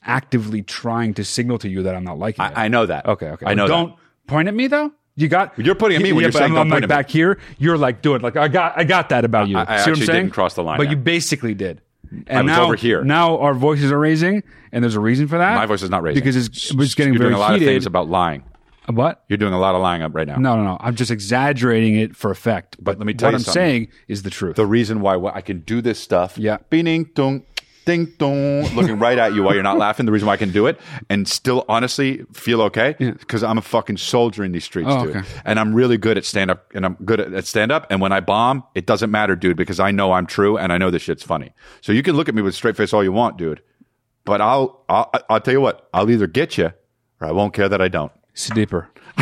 Speaker 2: actively trying to signal to you that I'm not liking it.
Speaker 3: I, I know that.
Speaker 2: okay, okay.
Speaker 3: I know.
Speaker 2: Don't
Speaker 3: That.
Speaker 2: point at me though. You got
Speaker 3: You're pointing at me when
Speaker 2: yeah,
Speaker 3: you're
Speaker 2: but
Speaker 3: saying
Speaker 2: I'm,
Speaker 3: don't
Speaker 2: I'm,
Speaker 3: point
Speaker 2: like
Speaker 3: at me.
Speaker 2: back here. You're like doing like I got I got that about you.
Speaker 3: I- I
Speaker 2: See what
Speaker 3: actually
Speaker 2: I'm saying?
Speaker 3: didn't cross the line,
Speaker 2: but
Speaker 3: yeah.
Speaker 2: you basically did. And
Speaker 3: was
Speaker 2: now,
Speaker 3: over here.
Speaker 2: Now our voices are raising, and there's a reason for that.
Speaker 3: My voice is not raising
Speaker 2: because it's, it's getting
Speaker 3: you're
Speaker 2: very
Speaker 3: doing a lot
Speaker 2: heated.
Speaker 3: of things about lying.
Speaker 2: what?
Speaker 3: You're doing a lot of lying up right now.
Speaker 2: No, no, no. I'm just exaggerating it for effect. But,
Speaker 3: let me tell
Speaker 2: what
Speaker 3: you
Speaker 2: I'm
Speaker 3: something.
Speaker 2: saying is the truth.
Speaker 3: the reason why why I can do this stuff.
Speaker 2: Yeah.
Speaker 3: Bing dong ding dong *laughs* looking right at you while you're not laughing. The reason why I can do it and still honestly feel okay because I'm a fucking soldier in these streets,
Speaker 2: Oh,
Speaker 3: dude.
Speaker 2: okay.
Speaker 3: And I'm really good at stand up and I'm good at, at stand up and when I bomb, it doesn't matter, dude, because I know I'm true and I know this shit's funny. So you can look at me with straight face all you want, dude. But I'll I'll, I'll tell you what, I'll either get you or I won't care that I don't.
Speaker 2: It's deeper. *laughs*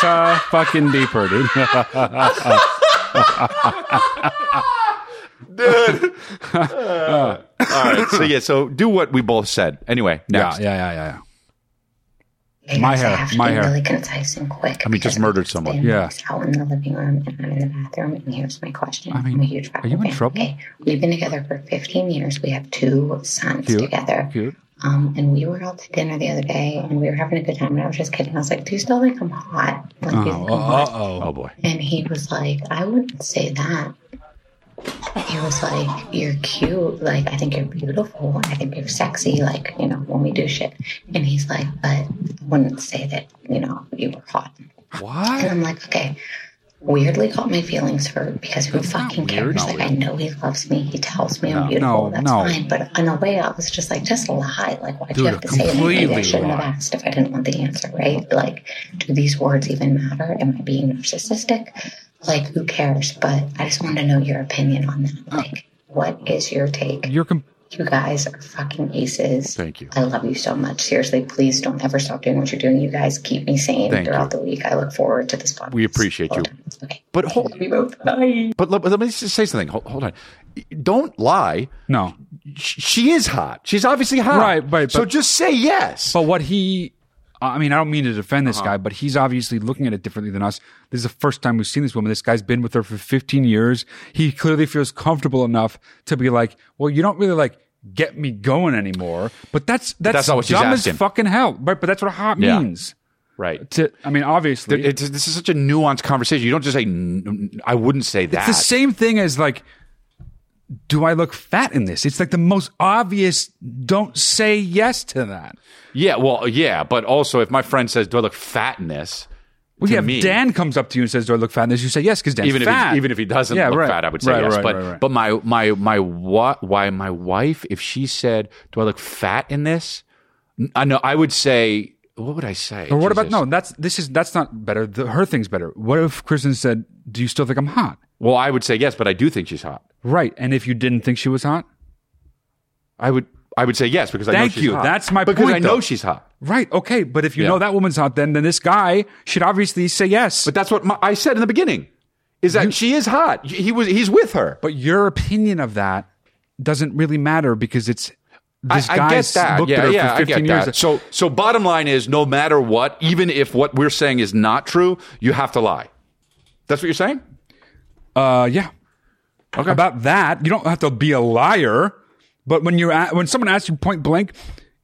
Speaker 2: so fucking deeper, dude. *laughs*
Speaker 3: *laughs* Uh, All right. So yeah, so do what we both said. Anyway,
Speaker 2: yeah, yeah,
Speaker 3: next.
Speaker 2: yeah, yeah. My hair, my hair.
Speaker 12: really concise and quick.
Speaker 3: I mean, just
Speaker 12: because
Speaker 3: murdered
Speaker 12: I'm
Speaker 3: someone.
Speaker 12: standing
Speaker 2: Yeah.
Speaker 12: next out in the living room and I'm in the bathroom. And here's my question.
Speaker 2: I mean,
Speaker 12: I'm a huge
Speaker 2: are
Speaker 12: Rocket
Speaker 2: you in
Speaker 12: fan.
Speaker 2: trouble?
Speaker 12: Okay. We've been together for 15 years. We have two sons
Speaker 2: Cute.
Speaker 12: together.
Speaker 2: Cute.
Speaker 12: Um, and we were out to dinner the other day and we were having a good time. And I was just kidding. I was like, Do you still think I'm hot? Like, do you think I'm
Speaker 2: Uh
Speaker 12: hot?
Speaker 2: oh.
Speaker 3: Oh boy.
Speaker 12: And he was like, I wouldn't say that. He was like, You're cute. Like, I think you're beautiful. I think you're sexy. Like, you know, when we do shit. And he's like, But I wouldn't say that, you know, you were hot.
Speaker 2: What?
Speaker 12: And I'm like, Okay, weirdly got my feelings hurt because who fucking cares? Like, I know he loves me. He tells me I'm
Speaker 1: no,
Speaker 12: beautiful. That's
Speaker 1: no.
Speaker 12: fine. But in a way, I was just like, just lie. Like, why'd
Speaker 1: Dude,
Speaker 12: you have to say that? Maybe I
Speaker 1: completely
Speaker 12: shouldn't
Speaker 1: lie.
Speaker 12: have asked if I didn't want the answer, right? Like, do these words even matter? Am I being narcissistic? Like, who cares? But I just wanted to know your opinion on that. Like, what is your take?
Speaker 2: You're com-
Speaker 12: you guys are fucking aces.
Speaker 3: Thank you.
Speaker 12: I love you so much. Seriously, please don't ever stop doing what you're doing. You guys keep me sane
Speaker 3: Thank
Speaker 12: throughout the week. I look forward to this podcast.
Speaker 3: We appreciate you. But hold, but let, let me just say something. Hold, hold on. Don't lie.
Speaker 2: No.
Speaker 3: She, she is hot. She's obviously hot.
Speaker 2: Right, right.
Speaker 3: so just say yes.
Speaker 2: But what he, I mean, I don't mean to defend
Speaker 3: Uh-huh.
Speaker 2: this guy, but he's obviously looking at it differently than us. This is the first time we've seen this woman. This guy's been with her for 15 years. He clearly feels comfortable enough to be like, well, you don't really like get me going anymore. But that's that's,
Speaker 3: that's not what she's
Speaker 2: dumb
Speaker 3: asking.
Speaker 2: as fucking hell. Right, but that's what hot
Speaker 3: Yeah.
Speaker 2: means.
Speaker 3: Right.
Speaker 2: To, I mean, obviously,
Speaker 3: Th- it's- this is such a nuanced conversation. You don't just say. "N- n- I wouldn't say that.
Speaker 2: It's the same thing as like, do I look fat in this? It's like the most obvious. Don't say yes to that.
Speaker 3: Yeah. Well. Yeah. But also, if my friend says, "Do I look fat in this?"
Speaker 2: Well,
Speaker 3: to
Speaker 2: yeah, if
Speaker 3: me,
Speaker 2: Dan comes up to you and says, "Do I look fat in this?" You say yes because Dan's
Speaker 3: even if
Speaker 2: fat.
Speaker 3: he, even if he doesn't
Speaker 2: Yeah,
Speaker 3: look
Speaker 2: right.
Speaker 3: fat, I would say
Speaker 2: Right,
Speaker 3: yes.
Speaker 2: right,
Speaker 3: but
Speaker 2: right, right.
Speaker 3: but my my my what why my wife if she said, "Do I look fat in this?" N- I know I would say, "What would I say?"
Speaker 2: Or what about
Speaker 3: Jesus.
Speaker 2: no? That's this is that's not better. The, her thing's better. What if Kristen said, "Do you still think I'm hot?"
Speaker 3: Well, I would say yes, but I do think she's hot.
Speaker 2: Right. And if you didn't think she was hot,
Speaker 3: I would I would say yes because I know
Speaker 2: Thank
Speaker 3: she's
Speaker 2: you.
Speaker 3: hot.
Speaker 2: That's my
Speaker 3: because
Speaker 2: point,
Speaker 3: I know
Speaker 2: though.
Speaker 3: she's hot.
Speaker 2: right? Okay. But if you
Speaker 3: Yeah.
Speaker 2: know that woman's hot, then then this guy should obviously say yes.
Speaker 3: But that's what my, I said in the beginning. Is that she is hot? He was he's with her.
Speaker 2: But your opinion of that doesn't really matter because it's this
Speaker 3: I, I get
Speaker 2: guy's
Speaker 3: that.
Speaker 2: looked
Speaker 3: Yeah,
Speaker 2: at her
Speaker 3: yeah,
Speaker 2: for
Speaker 3: I get
Speaker 2: 15
Speaker 3: that.
Speaker 2: years.
Speaker 3: So, so bottom line is, no matter what, even if what we're saying is not true, you have to lie. That's what you're saying.
Speaker 2: Uh, yeah. Okay. About that, you don't have to be a liar. But when you are when someone asks you point blank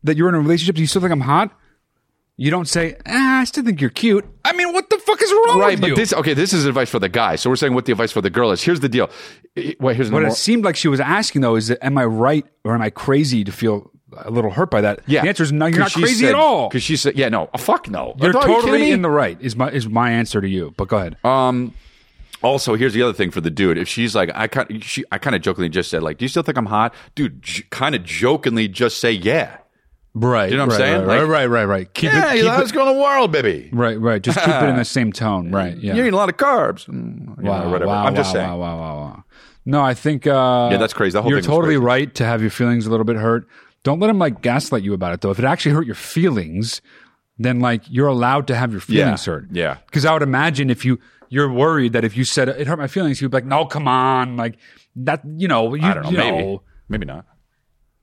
Speaker 2: that you're in a relationship, do you still think I'm hot? You don't say, ah, I still think you're cute. I mean, what the fuck is wrong
Speaker 3: right,
Speaker 2: with
Speaker 3: but
Speaker 2: you?
Speaker 3: this okay. This is advice for the guy. So we're saying what the advice for the girl is. Here's the deal. Eh, Wait, here's
Speaker 2: what
Speaker 3: another
Speaker 2: it seemed like she was asking though is that am I right or am I crazy to feel a little hurt by that? The answer is no. You're not crazy at all.
Speaker 3: Because she said, "Yeah, no, oh, fuck no."
Speaker 2: You're
Speaker 3: Are you kidding
Speaker 2: totally
Speaker 3: me?
Speaker 2: in the right. Is my is my answer to you? But go ahead.
Speaker 3: Um. Also, here's the other thing for the dude. If she's like, I kind, she, I kind of jokingly just said, like, "Do you still think I'm hot?" Dude, j- kind of jokingly just say, "Yeah."
Speaker 2: Right.
Speaker 3: You know what I'm
Speaker 2: right,
Speaker 3: saying?
Speaker 2: Right.
Speaker 3: Like-
Speaker 2: right. Right. Right. Keep
Speaker 3: yeah,
Speaker 2: it.
Speaker 3: you're
Speaker 2: Keep
Speaker 3: the hottest
Speaker 2: it
Speaker 3: girl in the world, baby.
Speaker 2: right. Right. Just keep it
Speaker 3: *laughs*
Speaker 2: in the same tone. Right. Yeah.
Speaker 3: You're eating a lot of carbs. Mm, you
Speaker 2: Wow,
Speaker 3: know, whatever.
Speaker 2: wow,
Speaker 3: I'm just
Speaker 2: wow,
Speaker 3: saying.
Speaker 2: wow, wow, wow, wow. No, I think uh,
Speaker 3: Yeah, that's crazy. That whole
Speaker 2: you're
Speaker 3: thing was
Speaker 2: totally
Speaker 3: crazy.
Speaker 2: right to have your feelings a little bit hurt. Don't let him like gaslight you about it though. If it actually hurt your feelings, then like you're allowed to have your feelings hurt.
Speaker 3: Yeah.
Speaker 2: Because I would imagine if you you're worried that if you said it hurt my feelings, you'd be like, no, come on, like that. You know, you,
Speaker 3: I don't know.
Speaker 2: you
Speaker 3: Maybe.
Speaker 2: know.
Speaker 3: Maybe not.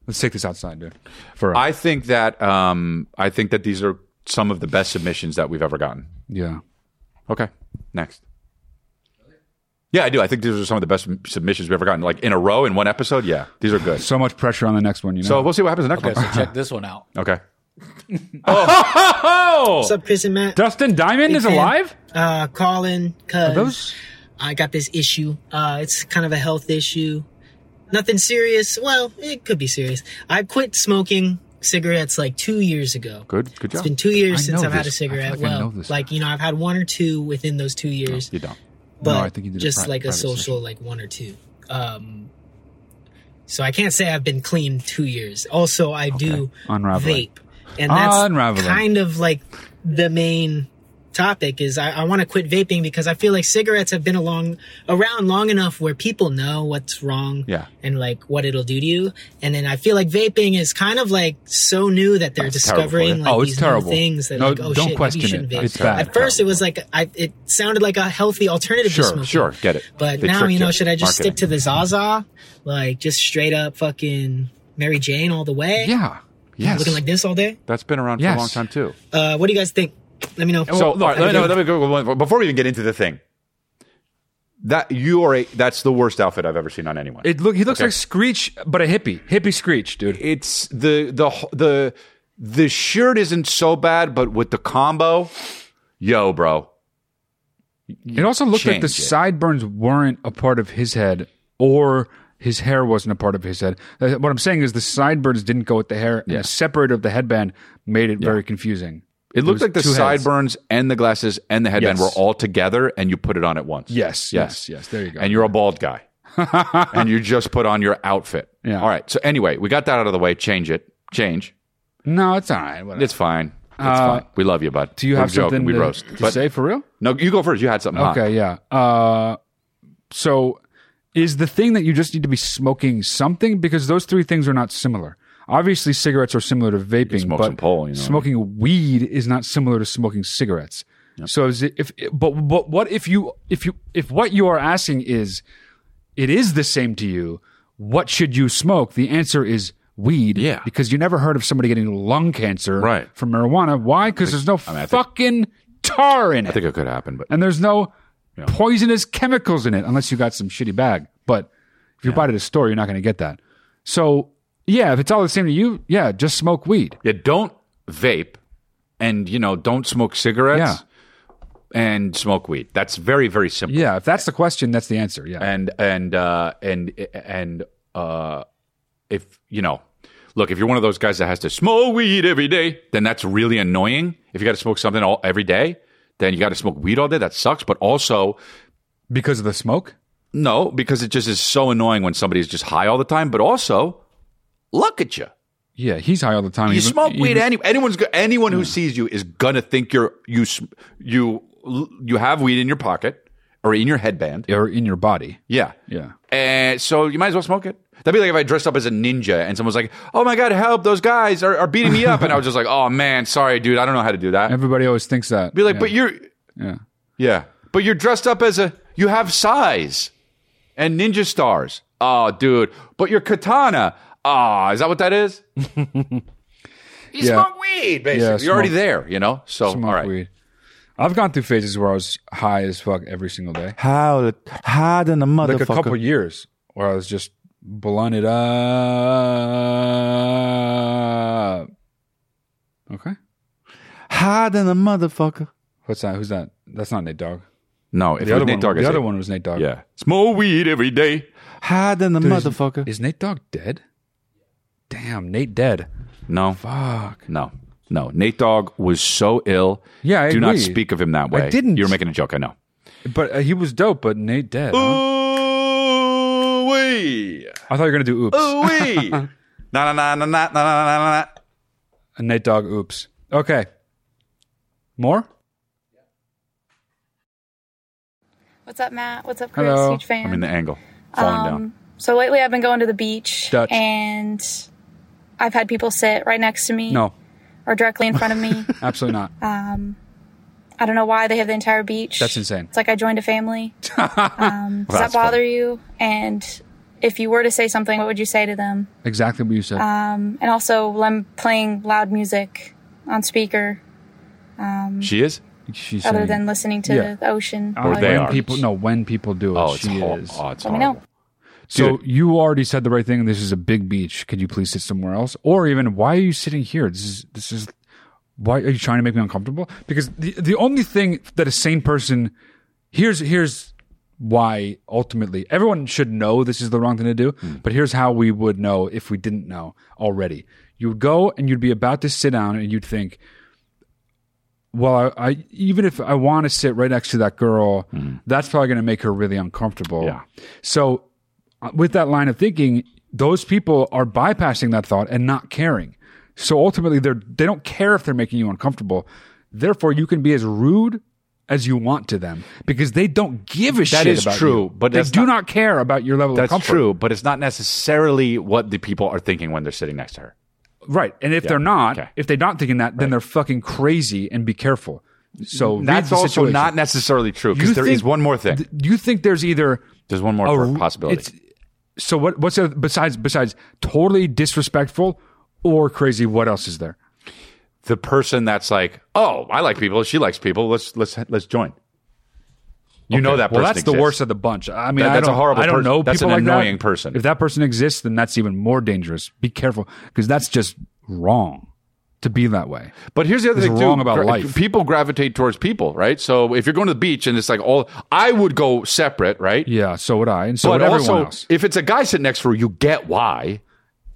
Speaker 2: Let's take this outside, dude. For
Speaker 3: I think that um, I think that these are some of the best submissions that we've ever gotten.
Speaker 2: yeah.
Speaker 3: Okay, next. Yeah, I do. I think these are some of the best m- submissions we've ever gotten, like in a row in one episode. Yeah, these are good.
Speaker 2: So much pressure on the next one. You know.
Speaker 3: So we'll see what happens next
Speaker 13: Okay, so
Speaker 3: one.
Speaker 13: check this one
Speaker 3: *laughs*
Speaker 13: out.
Speaker 3: okay. Oh!
Speaker 13: What's up, Prison Matt?
Speaker 2: Dustin Diamond
Speaker 13: Hey,
Speaker 2: is
Speaker 13: fam.
Speaker 2: alive.
Speaker 13: Uh, calling
Speaker 2: Are those-
Speaker 13: because I got this issue. Uh, it's kind of a health issue. Nothing serious. Well, it could be serious. I quit smoking cigarettes like two years ago.
Speaker 3: Good. Good job.
Speaker 13: It's been two years
Speaker 3: I
Speaker 13: since
Speaker 3: know
Speaker 13: I've had a
Speaker 3: this. I feel
Speaker 13: cigarette.
Speaker 3: like I
Speaker 13: well,
Speaker 3: know this
Speaker 13: like you know, I've had one or two within those two years.
Speaker 3: You don't.
Speaker 13: But
Speaker 3: No, I think you did a
Speaker 13: just
Speaker 3: pri-
Speaker 13: like a
Speaker 3: private
Speaker 13: social, like one or two. Um, so I can't say I've been clean two years. Also, I do
Speaker 2: Unraveling.
Speaker 13: vape, and that's
Speaker 2: Unraveling.
Speaker 13: kind of like the main topic is I, I want to quit vaping because I feel like cigarettes have been along around long enough where people know what's wrong
Speaker 3: Yeah.
Speaker 13: and like what it'll do to you. And then I feel like vaping is kind of like so new that they're
Speaker 2: terrible for you.
Speaker 13: discovering like
Speaker 2: Oh, it's
Speaker 13: these
Speaker 2: terrible.
Speaker 13: new things that
Speaker 2: No,
Speaker 13: like oh
Speaker 2: don't
Speaker 13: shit,
Speaker 2: question
Speaker 13: maybe you shouldn't
Speaker 2: it.
Speaker 13: vape.
Speaker 2: It's bad.
Speaker 13: At first, it was like I, it sounded like a healthy alternative to
Speaker 3: Sure.
Speaker 13: smoking.
Speaker 3: Sure. Get it.
Speaker 13: But
Speaker 3: They
Speaker 13: now
Speaker 3: tricked
Speaker 13: you know, should I just
Speaker 3: Marketing.
Speaker 13: stick to the Zaza, like just straight up fucking Mary Jane all the way?
Speaker 2: Yeah. Yes.
Speaker 13: Looking like this all day.
Speaker 3: That's been around for
Speaker 13: Yes.
Speaker 3: a long time too.
Speaker 13: Uh, what do you guys think? Let me know.
Speaker 3: So all right, let, me, know- let me go with one- before we even get into the thing. That you are a that's the worst outfit I've ever seen on anyone.
Speaker 2: It look he looks
Speaker 3: Okay.
Speaker 2: like Screech, but a hippie. Hippie Screech, dude.
Speaker 3: It's the the the the shirt isn't so bad, but with the combo, yo, bro.
Speaker 2: It also looked like the
Speaker 3: Change it.
Speaker 2: sideburns weren't a part of his head, or his hair wasn't a part of his head. Uh, What I'm saying is the sideburns didn't go with the hair, and the separator of the headband made it very confusing.
Speaker 3: It looked
Speaker 2: was
Speaker 3: like the
Speaker 2: two heads.
Speaker 3: sideburns and the glasses and the headband
Speaker 2: Yes.
Speaker 3: were all together, and you put it on at once.
Speaker 2: Yes, yes, yes. There you go.
Speaker 3: And you're a
Speaker 2: *laughs*
Speaker 3: bald guy, and you just put on your outfit. Yeah. All right. So anyway, we got that out of the way. Change it. Change.
Speaker 2: No, it's all right. Whatever.
Speaker 3: It's fine. It's
Speaker 2: Uh,
Speaker 3: fine. We love you, bud.
Speaker 2: Do you
Speaker 3: We're
Speaker 2: have
Speaker 3: joking.
Speaker 2: something
Speaker 3: we
Speaker 2: to-
Speaker 3: roast?
Speaker 2: to say for real?
Speaker 3: No, you go first. You had something. hot.
Speaker 2: Okay, yeah. Uh, so is the thing that you just need to be smoking something because those three things are not similar. Obviously, cigarettes are similar to vaping,
Speaker 3: smoke
Speaker 2: but
Speaker 3: some pole, you know.
Speaker 2: smoking weed is not similar to smoking cigarettes. So is it, if but but what if you if you if what you are asking is it is the same to you, what should you smoke? The answer is weed. Yeah. Because you never heard of somebody getting lung cancer right. from marijuana. Why? Because there's no fucking tar in it. I
Speaker 3: think it could happen, but
Speaker 2: and there's no poisonous chemicals in it unless you got some shitty bag. But if you buy it at a store, you're not going to get that. So yeah, if it's all the same to you, yeah, just smoke weed.
Speaker 3: Yeah, don't vape and you know, don't smoke cigarettes and smoke weed. That's very, very simple.
Speaker 2: Yeah, if that's the question, that's the answer. Yeah.
Speaker 3: And and uh and and uh if you know look, if you're one of those guys that has to smoke weed every day, then that's really annoying. If you gotta smoke something all every day, then you gotta smoke weed all day. That sucks. But also
Speaker 2: Because of the smoke?
Speaker 3: no, because it just is so annoying when somebody's just high all the time, but also look at you.
Speaker 2: Yeah, he's high all the time.
Speaker 3: You
Speaker 2: Even-
Speaker 3: smoke weed.
Speaker 2: even-
Speaker 3: Any, anyone's go- anyone who sees you is gonna think you're you s- you you have weed in your pocket or in your headband
Speaker 2: or in your body.
Speaker 3: Yeah,
Speaker 2: Yeah.
Speaker 3: and so you might as well smoke it. That'd be like if I dressed up as a ninja and someone's like, "Oh my god, help! Those guys are, are beating me up," and I was just like, "Oh man, sorry, dude, I don't know how to do that."
Speaker 2: Everybody always thinks
Speaker 3: *laughs*
Speaker 2: that.
Speaker 3: Be like, "But you're
Speaker 2: Yeah.
Speaker 3: yeah, but you're dressed up as a you have size and ninja stars." Oh, dude, but your katana. Ah, is that what that *laughs* is? You
Speaker 2: Yeah.
Speaker 3: smoke weed, basically.
Speaker 2: Yeah,
Speaker 3: You're already
Speaker 2: smoke-
Speaker 3: there, you know. So
Speaker 2: smoke
Speaker 3: all right.
Speaker 2: weed. I've gone through phases where I was high as fuck every single day.
Speaker 3: How high than a
Speaker 2: Like a couple years where I was just blunted up. Okay.
Speaker 3: Higher than a motherfucker.
Speaker 2: What's that? Who's that? That's not Nate Dogg.
Speaker 3: No, if
Speaker 2: the
Speaker 3: it
Speaker 2: other
Speaker 3: was Nate
Speaker 2: one,
Speaker 3: Dogg, I'd
Speaker 2: the
Speaker 3: say-
Speaker 2: other one was Nate Dogg.
Speaker 3: Yeah, smoke weed every day. Higher than a
Speaker 2: Dude, is-
Speaker 3: motherfucker.
Speaker 2: Is, Nate Dogg dead? Damn, Nate dead.
Speaker 3: No.
Speaker 2: Fuck.
Speaker 3: No. No. Nate Dogg was so ill.
Speaker 2: Yeah, I
Speaker 3: Do not
Speaker 2: agree.
Speaker 3: speak of him that way.
Speaker 2: I didn't.
Speaker 3: You're making a joke. I know.
Speaker 2: But uh, he was dope. But Nate dead. huh?
Speaker 3: Ooh wee.
Speaker 2: I thought you were gonna do oops.
Speaker 3: Ooh
Speaker 2: *laughs*
Speaker 3: wee. Na na na na na na na na.
Speaker 2: A Nate Dogg oops. Okay. More?
Speaker 14: What's up, Matt? What's up, Chris? Huge fan. Um,
Speaker 3: I'm in the angle. Falling down.
Speaker 14: So lately, I've been going to the beach,
Speaker 3: Dutch.
Speaker 14: and I've had people sit right next to me
Speaker 2: No,
Speaker 14: or directly in front of
Speaker 3: *laughs*
Speaker 14: me.
Speaker 2: absolutely not.
Speaker 14: um, I don't know why they have the entire beach.
Speaker 2: That's insane.
Speaker 14: It's like I joined a
Speaker 3: *laughs*
Speaker 14: family. Um, does
Speaker 2: That's
Speaker 14: that bother you? And if you were to say something, what would you say to them?
Speaker 2: Exactly what you said.
Speaker 14: Um, and also, I'm playing loud music on speaker. Um,
Speaker 3: she is.
Speaker 2: She's
Speaker 14: other
Speaker 2: saying-
Speaker 14: than listening to
Speaker 2: Yeah.
Speaker 14: the ocean.
Speaker 2: Uh, when people no when people do it.
Speaker 3: Oh, it's
Speaker 2: she
Speaker 3: hor-
Speaker 2: is.
Speaker 3: oh, it's
Speaker 14: Let me know.
Speaker 2: So you already said the right thing. This is a big beach. Could you please sit somewhere else? Or even why are you sitting here? This is this is why are you trying to make me uncomfortable? Because the the only thing that a sane person here's here's why ultimately everyone should know this is the wrong thing to do. But here's how we would know if we didn't know already. You would go and you'd be about to sit down and you'd think, well, I, I even if I want to sit right next to that girl,
Speaker 3: Mm-hmm.
Speaker 2: that's probably going to make her really uncomfortable. Yeah. So, uh, with that line of thinking, those people are bypassing that thought and not caring. So ultimately, they're they don't care if they're making you uncomfortable. Therefore, you can be as rude as you want to them because they don't give a shit.
Speaker 3: That is
Speaker 2: about
Speaker 3: true,
Speaker 2: you.
Speaker 3: but
Speaker 2: they
Speaker 3: that's
Speaker 2: do not, care about your level of
Speaker 3: That's
Speaker 2: comfort.
Speaker 3: true, but it's not necessarily what the people are thinking when they're sitting next to her.
Speaker 2: Right. And if
Speaker 3: Yeah.
Speaker 2: they're not,
Speaker 3: Okay.
Speaker 2: if they're not thinking that, then they're fucking crazy and be careful. So read
Speaker 3: that's
Speaker 2: the
Speaker 3: also
Speaker 2: situation.
Speaker 3: not necessarily true
Speaker 2: You
Speaker 3: because there is
Speaker 2: think-
Speaker 3: one more thing.
Speaker 2: th- Do you think there's either
Speaker 3: There's one more
Speaker 2: a-
Speaker 3: possibility.
Speaker 2: it's- so what? What's the, besides besides totally disrespectful or crazy? What else is there?
Speaker 3: the person that's like, "Oh, I like people. She likes people. Let's let's let's join." You know that.
Speaker 2: Well,
Speaker 3: person
Speaker 2: that's the
Speaker 3: exists.
Speaker 2: worst of the bunch. I mean,
Speaker 3: That-
Speaker 2: I
Speaker 3: that's a
Speaker 2: don't-
Speaker 3: horrible
Speaker 2: I don't
Speaker 3: person.
Speaker 2: know
Speaker 3: That's
Speaker 2: people
Speaker 3: an
Speaker 2: like that.
Speaker 3: annoying person.
Speaker 2: If that person exists, then that's even more dangerous. Be careful because that's just wrong to be that way.
Speaker 3: But here's the other
Speaker 2: It's
Speaker 3: thing
Speaker 2: wrong
Speaker 3: too.
Speaker 2: about
Speaker 3: Gra-
Speaker 2: life.
Speaker 3: People gravitate towards people, right? So if you're going to the beach and it's like all, I would go separate, right?
Speaker 2: Yeah, so would I, and so would
Speaker 3: but
Speaker 2: everyone
Speaker 3: also,
Speaker 2: else.
Speaker 3: if it's a guy sitting next to her, you get why.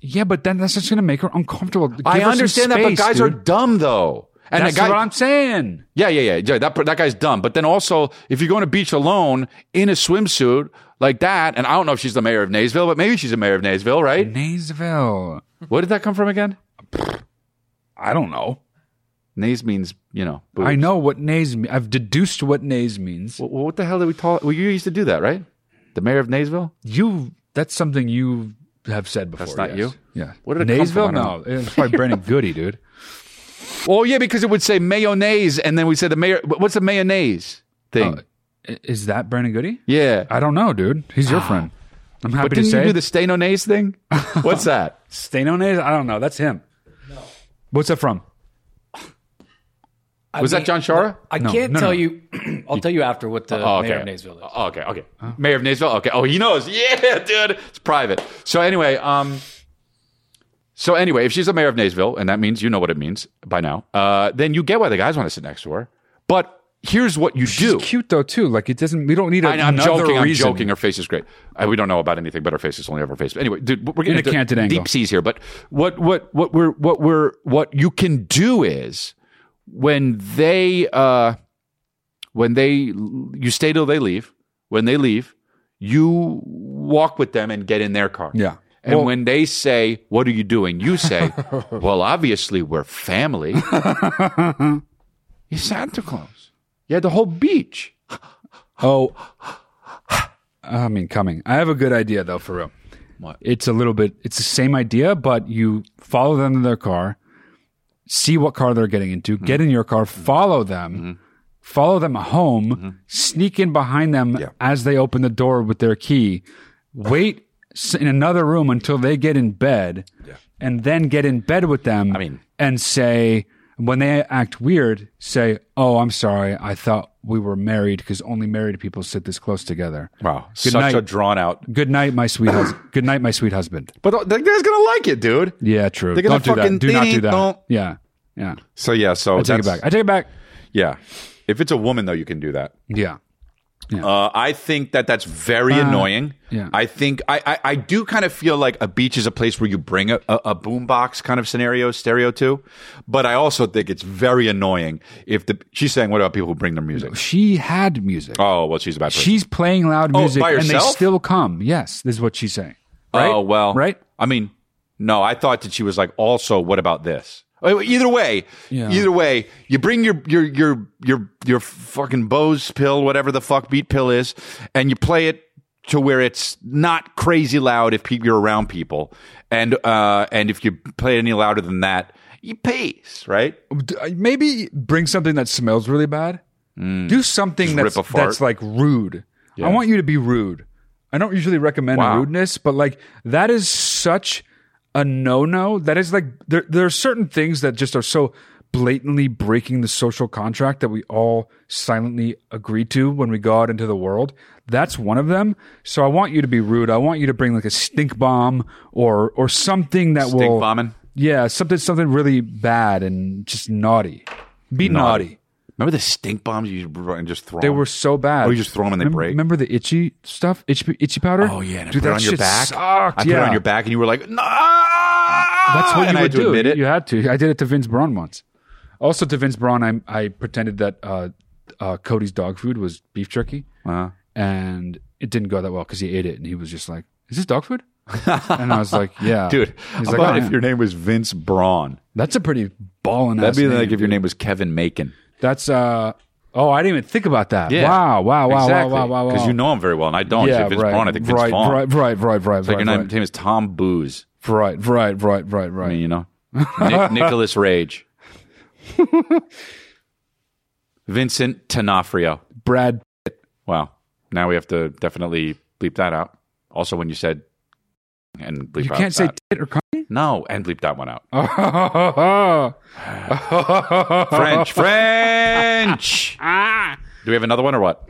Speaker 2: Yeah, but then that's just going to make her uncomfortable. Give
Speaker 3: I
Speaker 2: her some
Speaker 3: understand that, but
Speaker 2: space,
Speaker 3: guys
Speaker 2: dude.
Speaker 3: are dumb though. And
Speaker 2: That's
Speaker 3: the guy,
Speaker 2: what I'm saying.
Speaker 3: Yeah, yeah, yeah, yeah. That that guy's dumb. But then also, if you go on a beach alone in a swimsuit like that, and I don't know if she's the mayor of Naysville, but maybe she's the mayor of Naysville, right?
Speaker 2: Naysville.
Speaker 3: Where did that come from again?
Speaker 2: I don't know.
Speaker 3: Nays means you know.
Speaker 2: I know what nays mean. I've deduced what nays means.
Speaker 3: Well, what the hell did we call? Well, you used to do that, right? The mayor of Naysville.
Speaker 2: You. That's something you have said before.
Speaker 3: That's not
Speaker 2: yes.
Speaker 3: you?
Speaker 2: Yeah.
Speaker 3: Where did it come
Speaker 2: Naysville?
Speaker 3: from? I don't
Speaker 2: No,
Speaker 3: know. *laughs*
Speaker 2: it's probably Brandon Goody, dude.
Speaker 3: Well, yeah, because it would say mayonnaise, and then we said the mayor. What's the mayonnaise thing?
Speaker 2: Oh, I- Is that Brandon Goody?
Speaker 3: yeah, Ah.
Speaker 2: I don't know, dude. He's your friend. I'm happy
Speaker 3: but didn't
Speaker 2: to say.
Speaker 3: you do the stainonaise thing?
Speaker 2: *laughs*
Speaker 3: What's that?
Speaker 2: Stainonaise? I don't know. That's him. What's that from?
Speaker 15: I
Speaker 3: Was that
Speaker 15: mean,
Speaker 3: John Shara?
Speaker 15: I
Speaker 3: No,
Speaker 15: can't
Speaker 3: no,
Speaker 15: tell
Speaker 3: no.
Speaker 15: you. *clears throat* I'll tell you after what the
Speaker 3: Oh, okay.
Speaker 15: mayor of Naysville is.
Speaker 3: Oh, okay, okay. Mayor of Naysville. Okay. Oh, he knows. *laughs* Yeah, dude. It's private. So anyway, um, so anyway, if she's the mayor of Naysville, and that means you know what it means by now, uh, then you get why the guys want to sit next to her. But here's what you do.
Speaker 2: Cute though too. Like it doesn't. We don't need a,
Speaker 3: I know, I'm
Speaker 2: another
Speaker 3: joking.
Speaker 2: reason.
Speaker 3: I'm joking. Her face is great. Uh, we don't know about anything but her face. It's only ever her face. But anyway, dude, we're
Speaker 2: In
Speaker 3: getting
Speaker 2: a
Speaker 3: into
Speaker 2: canted angle.
Speaker 3: deep seas here. But what what what we're what we're what you
Speaker 2: *laughs*
Speaker 3: can do is when they uh when they you stay till they leave. When they leave, you walk with them and get in their car.
Speaker 2: Yeah.
Speaker 3: And
Speaker 2: Well-
Speaker 3: when they say, "What are you doing?"
Speaker 2: *laughs*
Speaker 3: you say, "Well, obviously we're family." You're Santa Claus. You had the whole beach.
Speaker 2: Oh, I mean, coming. I have a good idea though, for real.
Speaker 3: What?
Speaker 2: It's a little bit. It's the same idea, but you follow them to their car, see what car they're getting into, get in your car, follow them,
Speaker 3: Mm-hmm.
Speaker 2: follow them home, sneak in behind them as they open the door with their key, wait s- in another room until they get in bed, and then get in bed with them. I mean, and say. When they act weird, say, "Oh, I'm sorry. I thought we were married because only married people sit this close together."
Speaker 3: Wow,
Speaker 2: Good
Speaker 3: such
Speaker 2: night.
Speaker 3: a drawn out.
Speaker 2: Good night, my sweet
Speaker 3: *coughs*
Speaker 2: husband. Good night, my sweet husband.
Speaker 3: But the guy's gonna like it, dude.
Speaker 2: Yeah, true.
Speaker 3: They're gonna
Speaker 2: Don't do
Speaker 3: fucking
Speaker 2: that. Do not do that.
Speaker 3: don't-
Speaker 2: Yeah, yeah.
Speaker 3: So yeah, so
Speaker 2: I take it back.
Speaker 3: that's-
Speaker 2: I take it back.
Speaker 3: Yeah, if it's a woman though, you can do that.
Speaker 2: Yeah.
Speaker 3: Uh, I think that that's very
Speaker 2: Uh,
Speaker 3: annoying.
Speaker 2: yeah.
Speaker 3: I think I, I, I do kind of feel like a beach is a place where you bring a, a, a boombox kind of scenario stereo to, but I also think it's very annoying if the she's saying what about people who bring their music?
Speaker 2: She had music.
Speaker 3: Oh well, she's a bad person.
Speaker 2: She's playing loud
Speaker 3: Oh,
Speaker 2: music,
Speaker 3: by
Speaker 2: and they
Speaker 3: herself?
Speaker 2: still come. Yes, this is what she's saying. Right?
Speaker 3: Oh well,
Speaker 2: Right?
Speaker 3: I mean, no, I thought that she was like, also, what about this? Oh, Either way,
Speaker 2: Yeah.
Speaker 3: either way, you bring your your your your your fucking Bose pill, whatever the fuck beat pill is, and you play it to where it's not crazy loud if pe- you're around people, and uh, and if you play it any louder than that, you pays, right?
Speaker 2: D- uh, Maybe bring something that smells really bad. Do something
Speaker 3: Mm.
Speaker 2: that's,
Speaker 3: Just rip a fart.
Speaker 2: that's like rude.
Speaker 3: Yeah.
Speaker 2: I want you to be rude. I don't usually recommend
Speaker 3: Wow.
Speaker 2: rudeness, but like that is such a no no. That is like there there are certain things that just are so blatantly breaking the social contract that we all silently agree to when we go out into the world. That's one of them. So I want you to be rude. I want you to bring like a stink bomb or or something that
Speaker 3: Stink
Speaker 2: will
Speaker 3: bombing?
Speaker 2: Yeah, something something really bad and just naughty. Be naughty.
Speaker 3: Remember the stink bombs you used to br- and just throw?
Speaker 2: They
Speaker 3: them?
Speaker 2: were so bad.
Speaker 3: Oh, you just throw them and they
Speaker 2: Remem-
Speaker 3: break.
Speaker 2: Remember the itchy stuff, itchy, itchy powder?
Speaker 3: Oh yeah, and I
Speaker 2: Dude,
Speaker 3: put it
Speaker 2: that
Speaker 3: on your
Speaker 2: shit
Speaker 3: back.
Speaker 2: Sucked.
Speaker 3: I put
Speaker 2: yeah.
Speaker 3: it on your back, and you were like, "No!"
Speaker 2: That's what
Speaker 3: and
Speaker 2: you would
Speaker 3: I had to
Speaker 2: do.
Speaker 3: admit
Speaker 2: You-
Speaker 3: it.
Speaker 2: You had to. I did it to Vince Braun once. Also to Vince Braun, I I pretended that uh, uh, Cody's dog food was beef jerky,
Speaker 3: Uh-huh.
Speaker 2: and it didn't go that well because he ate it, and he was just like, "Is this dog
Speaker 3: *laughs*
Speaker 2: food?" and I was like, "Yeah,
Speaker 3: dude.
Speaker 2: He's
Speaker 3: How
Speaker 2: like,
Speaker 3: about
Speaker 2: "Oh,
Speaker 3: if
Speaker 2: yeah."
Speaker 3: your name was Vince Braun?
Speaker 2: That's a pretty ballin'
Speaker 3: That'd
Speaker 2: ass
Speaker 3: be
Speaker 2: name,
Speaker 3: like if your
Speaker 2: dude.
Speaker 3: name was Kevin Macon.
Speaker 2: That's uh oh, I didn't even think about that.
Speaker 3: Yeah.
Speaker 2: Wow, wow, wow,
Speaker 3: exactly.
Speaker 2: wow, wow, wow, wow.
Speaker 3: Because you know him very well, and I don't.
Speaker 2: Yeah,
Speaker 3: Yeah, Vince
Speaker 2: right,
Speaker 3: Braun, I think Vince
Speaker 2: right,
Speaker 3: Vaughn.
Speaker 2: right, right, right, right,
Speaker 3: It's like
Speaker 2: right,
Speaker 3: your name,
Speaker 2: right. *laughs*
Speaker 3: name is Tom Booze.
Speaker 2: Right, right, right, right, right.
Speaker 3: I mean, you know, Nick, Nicholas Rage, Vincent D'Onofrio.
Speaker 2: Brad.
Speaker 3: Wow. Now we have to definitely bleep that out. Also, when you said and bleep
Speaker 2: You
Speaker 3: out
Speaker 2: can't say
Speaker 3: that.
Speaker 2: tit or cum.
Speaker 3: no and bleep that one out.
Speaker 2: French,
Speaker 3: French, French.
Speaker 2: Ah.
Speaker 3: Do we have another one or what?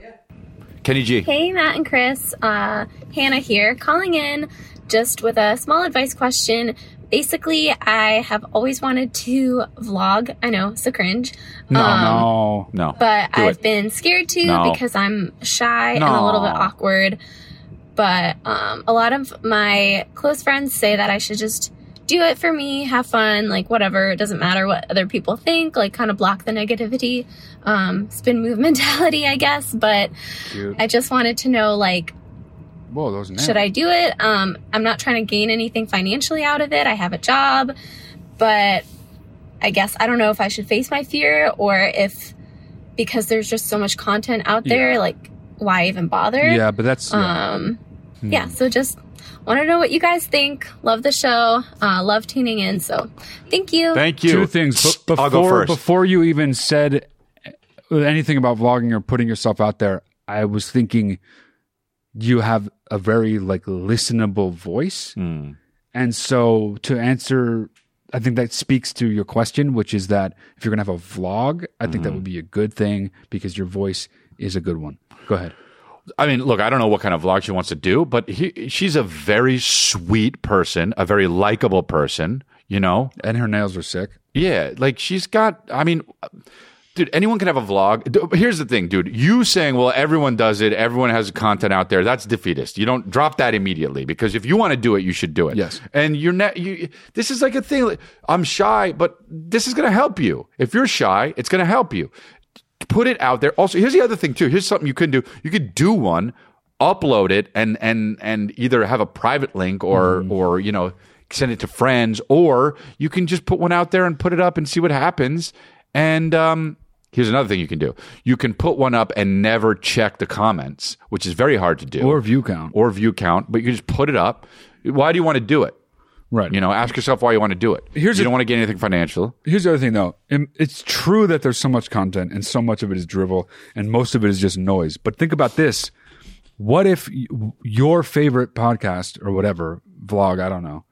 Speaker 3: Kenny G.
Speaker 16: Hey, Matt and Chris. Uh, Hannah here, calling in just with a small advice question. Basically, I have always wanted to vlog. I know, so cringe.
Speaker 2: No,
Speaker 16: Um,
Speaker 2: no,
Speaker 3: no.
Speaker 16: But
Speaker 3: Do
Speaker 16: I've
Speaker 3: it.
Speaker 16: been scared to
Speaker 3: No.
Speaker 16: because I'm shy and a
Speaker 3: No.
Speaker 16: little bit awkward. But um, a lot of my close friends say that I should just do it for me, have fun, like whatever. It doesn't matter what other people think, like kind of block the negativity, um, spin move *laughs* mentality, I guess. But
Speaker 2: Cute.
Speaker 16: I just wanted to know, like,
Speaker 2: Whoa, those nails.
Speaker 16: should I do it? Um, I'm not trying to gain anything financially out of it. I have a job, but I guess I don't know if I should face my fear or if because there's just so much content out there,
Speaker 2: Yeah.
Speaker 16: like why even bother?
Speaker 2: Yeah, but that's yeah.
Speaker 16: um,
Speaker 2: Hmm.
Speaker 16: yeah. So just want to know what you guys think. Love the show. Uh, love tuning in. So thank you.
Speaker 3: you.
Speaker 2: Two things Be- before
Speaker 3: I'll go first.
Speaker 2: before you even said anything about vlogging or putting yourself out there, I was thinking you have a very like listenable voice,
Speaker 3: Hmm.
Speaker 2: and so to answer. I think that speaks to your question, which is that if you're going to have a vlog, I think
Speaker 3: Hmm.
Speaker 2: that would be a good thing because your voice is a good one. Go ahead.
Speaker 3: I mean, look, I don't know what kind of vlog she wants to do, but he, she's a very sweet person, a very likable person, you know?
Speaker 2: And her nails are sick.
Speaker 3: Yeah. Like she's got, I mean, dude, anyone can have a vlog. D- Here's the thing, dude. You saying, well, everyone does it, everyone has content out there, that's defeatist. You don't drop that immediately because if you want to do it, you should do it. Yes. And you're not, you, this is like a thing. like, I'm shy, but this is going to help you. If you're shy, it's going to help you put it out there. Also, here's the other thing too. Here's something you could do. You could do one, upload it, and and and either have a private link or
Speaker 2: Mm-hmm.
Speaker 3: or you know send it to friends, or you can just put one out there and put it up and see what happens. And um, here's another thing you can do. You can put one up and never check the comments, which is very hard to do,
Speaker 2: Or view count.
Speaker 3: or view count. But you can just put it up. Why do you want to do it?
Speaker 2: Right.
Speaker 3: You know, ask yourself why you want to do it.
Speaker 2: Here's
Speaker 3: you
Speaker 2: the-
Speaker 3: don't want to get anything financial.
Speaker 2: Here's the other thing, though. Um, It's true that there's so much content and so much of it is drivel and most of it is just noise. But think about this. What if y- your favorite podcast or whatever, vlog, I don't know,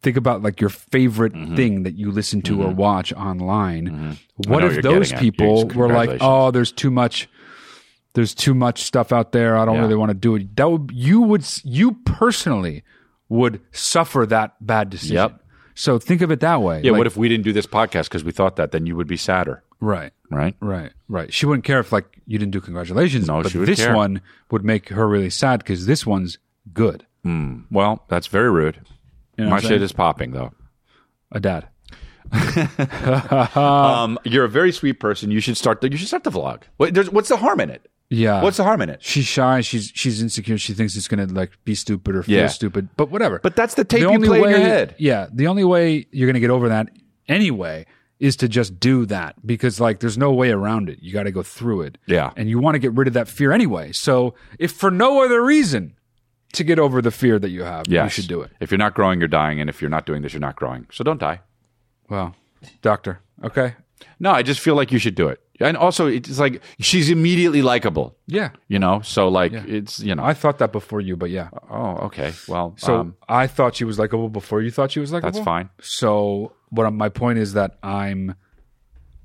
Speaker 2: think about like your favorite
Speaker 3: Mm-hmm.
Speaker 2: thing that you listen to or watch online. What
Speaker 3: know
Speaker 2: if
Speaker 3: you're
Speaker 2: those
Speaker 3: getting at.
Speaker 2: people
Speaker 3: Yes,
Speaker 2: were like,
Speaker 3: congratulations.
Speaker 2: oh, there's too much. There's too much stuff out there. I don't
Speaker 3: Yeah.
Speaker 2: really want to do it. That would you would s- you personally would suffer that bad decision.
Speaker 3: Yep.
Speaker 2: So think of it that way.
Speaker 3: Yeah.
Speaker 2: Like-
Speaker 3: what if we didn't do this podcast because we thought that? Then you would be sadder.
Speaker 2: Right.
Speaker 3: Right.
Speaker 2: Right. Right. She wouldn't care if like you didn't do congratulations.
Speaker 3: No,
Speaker 2: but
Speaker 3: she wouldn't
Speaker 2: this
Speaker 3: care.
Speaker 2: one would make her really sad because this one's good.
Speaker 3: Mm, well, that's very rude.
Speaker 2: You know what
Speaker 3: My
Speaker 2: I'm saying?
Speaker 3: shit is
Speaker 2: *laughs*
Speaker 3: popping though.
Speaker 2: A dad.
Speaker 3: um, you're a very sweet person. You should start the you should start the vlog. What, there's, what's the harm in it?
Speaker 2: Yeah.
Speaker 3: What's the harm in it?
Speaker 2: She's shy. She's she's insecure. She thinks it's gonna like be stupid or feel
Speaker 3: Yeah.
Speaker 2: stupid. But whatever.
Speaker 3: But that's the tape you play in your head.
Speaker 2: Yeah. The only way you're gonna get over that anyway is to just do that because like there's no way around it. You got to go through it.
Speaker 3: Yeah.
Speaker 2: And you want to get rid of that fear anyway. So if for no other reason to get over the fear that you have,
Speaker 3: Yeah,
Speaker 2: you should do it.
Speaker 3: If you're not growing, you're dying, and if you're not doing this, you're not growing. So don't die.
Speaker 2: Wow. Doctor. Okay.
Speaker 3: No, I just feel like you should do it. And also, it's like she's immediately likable.
Speaker 2: Yeah.
Speaker 3: You know, so like it's you know.
Speaker 2: I thought that before you, but yeah.
Speaker 3: oh, okay. Well,
Speaker 2: So
Speaker 3: um,
Speaker 2: I thought she was likable before you thought she was likable.
Speaker 3: That's fine.
Speaker 2: So what I'm, my point is that I'm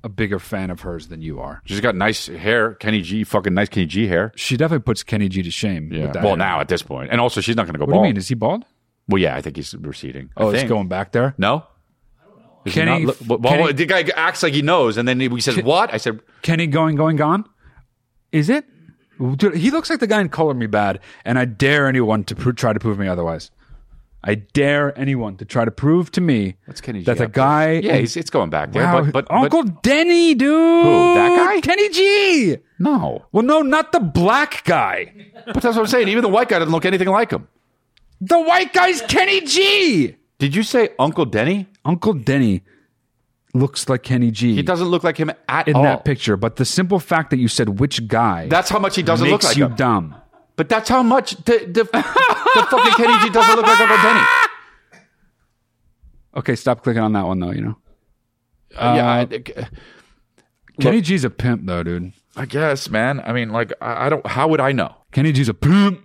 Speaker 2: a bigger fan of hers than you are.
Speaker 3: she's got nice hair. Kenny G, fucking nice Kenny G hair.
Speaker 2: She definitely puts Kenny G to shame.
Speaker 3: Yeah.
Speaker 2: With that
Speaker 3: Well,
Speaker 2: hair.
Speaker 3: now at this point, and also she's not going to go
Speaker 2: What do
Speaker 3: bald.
Speaker 2: you mean? Is he bald?
Speaker 3: Well, yeah, I think he's receding. I
Speaker 2: Oh, it's
Speaker 3: think.
Speaker 2: going back there.
Speaker 3: No. Is he
Speaker 2: Kenny-
Speaker 3: not look- well, well,
Speaker 2: Kenny-
Speaker 3: the guy acts like he knows, and then he he says, "What?" I said,
Speaker 2: Kenny going, going, gone. Is it? Dude, he looks like the guy in Color Me Bad, and I dare anyone to pro- try to prove me otherwise. I dare anyone to try to prove to me
Speaker 3: What's Kenny G
Speaker 2: that the
Speaker 3: up to?
Speaker 2: guy.
Speaker 3: "Yeah, he's, it's going back there."
Speaker 2: Wow,
Speaker 3: But, but, but
Speaker 2: Uncle Denny, dude. Who?
Speaker 3: that guy?
Speaker 2: Kenny G.
Speaker 3: No.
Speaker 2: Well, no, not the black guy.
Speaker 3: But that's what I'm saying. Even the white guy doesn't look anything like him.
Speaker 2: The white guy's Kenny G.
Speaker 3: Did you say Uncle Denny?
Speaker 2: Uncle Denny looks like Kenny G.
Speaker 3: He doesn't look like him at
Speaker 2: in
Speaker 3: all.
Speaker 2: that picture, but the simple fact that you said which guy
Speaker 3: That's how much he doesn't look
Speaker 2: makes
Speaker 3: like
Speaker 2: you
Speaker 3: him.
Speaker 2: dumb.
Speaker 3: But that's how much the, the, the fucking Kenny G doesn't look like Uncle Denny.
Speaker 2: Okay, stop clicking on that one though. You know,
Speaker 3: Uh, yeah, I,
Speaker 2: Kenny G's a pimp though, dude.
Speaker 3: I guess, man. I mean, like, I, I don't. How would I know?
Speaker 2: Kenny G's a pimp.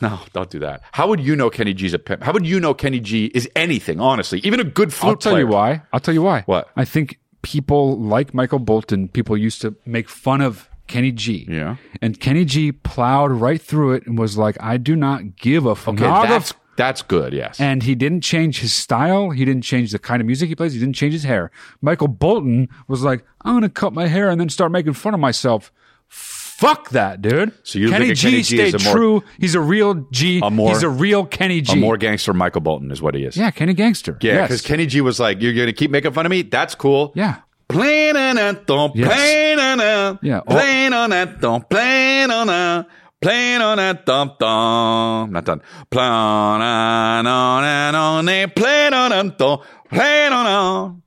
Speaker 3: No, don't do that. How would you know Kenny G's a pimp? How would you know Kenny G is anything? Honestly, even a good flute
Speaker 2: I'll tell
Speaker 3: player.
Speaker 2: you why. I'll tell you why.
Speaker 3: What?
Speaker 2: I think people like Michael Bolton, people used to make fun of Kenny G.
Speaker 3: Yeah.
Speaker 2: And Kenny G plowed right through it and was like, I do not give a fuck.
Speaker 3: Okay, that's that's good. Yes.
Speaker 2: and he didn't change his style. He didn't change the kind of music he plays. He didn't change his hair. Michael Bolton was like, I'm going to cut my hair and then start making fun of myself. Fuck that, dude.
Speaker 3: So you
Speaker 2: Kenny
Speaker 3: think
Speaker 2: G
Speaker 3: Kenny G
Speaker 2: stayed
Speaker 3: is a more-
Speaker 2: true. He's a real G.
Speaker 3: A more-
Speaker 2: he's a real Kenny G.
Speaker 3: A more gangster Michael Bolton is what he is.
Speaker 2: yeah, Kenny Gangster.
Speaker 3: Yeah,
Speaker 2: Yes.
Speaker 3: because Kenny G was like, "You're gonna keep making fun of me? That's cool."
Speaker 2: Yeah.
Speaker 3: Plain on that, don't
Speaker 2: Yes.
Speaker 3: plain on that,
Speaker 2: Yeah.
Speaker 3: plain on that, don't plain on that, plain on that, dump dump. Not done. Plain on on on a plain on that, don't plain on on.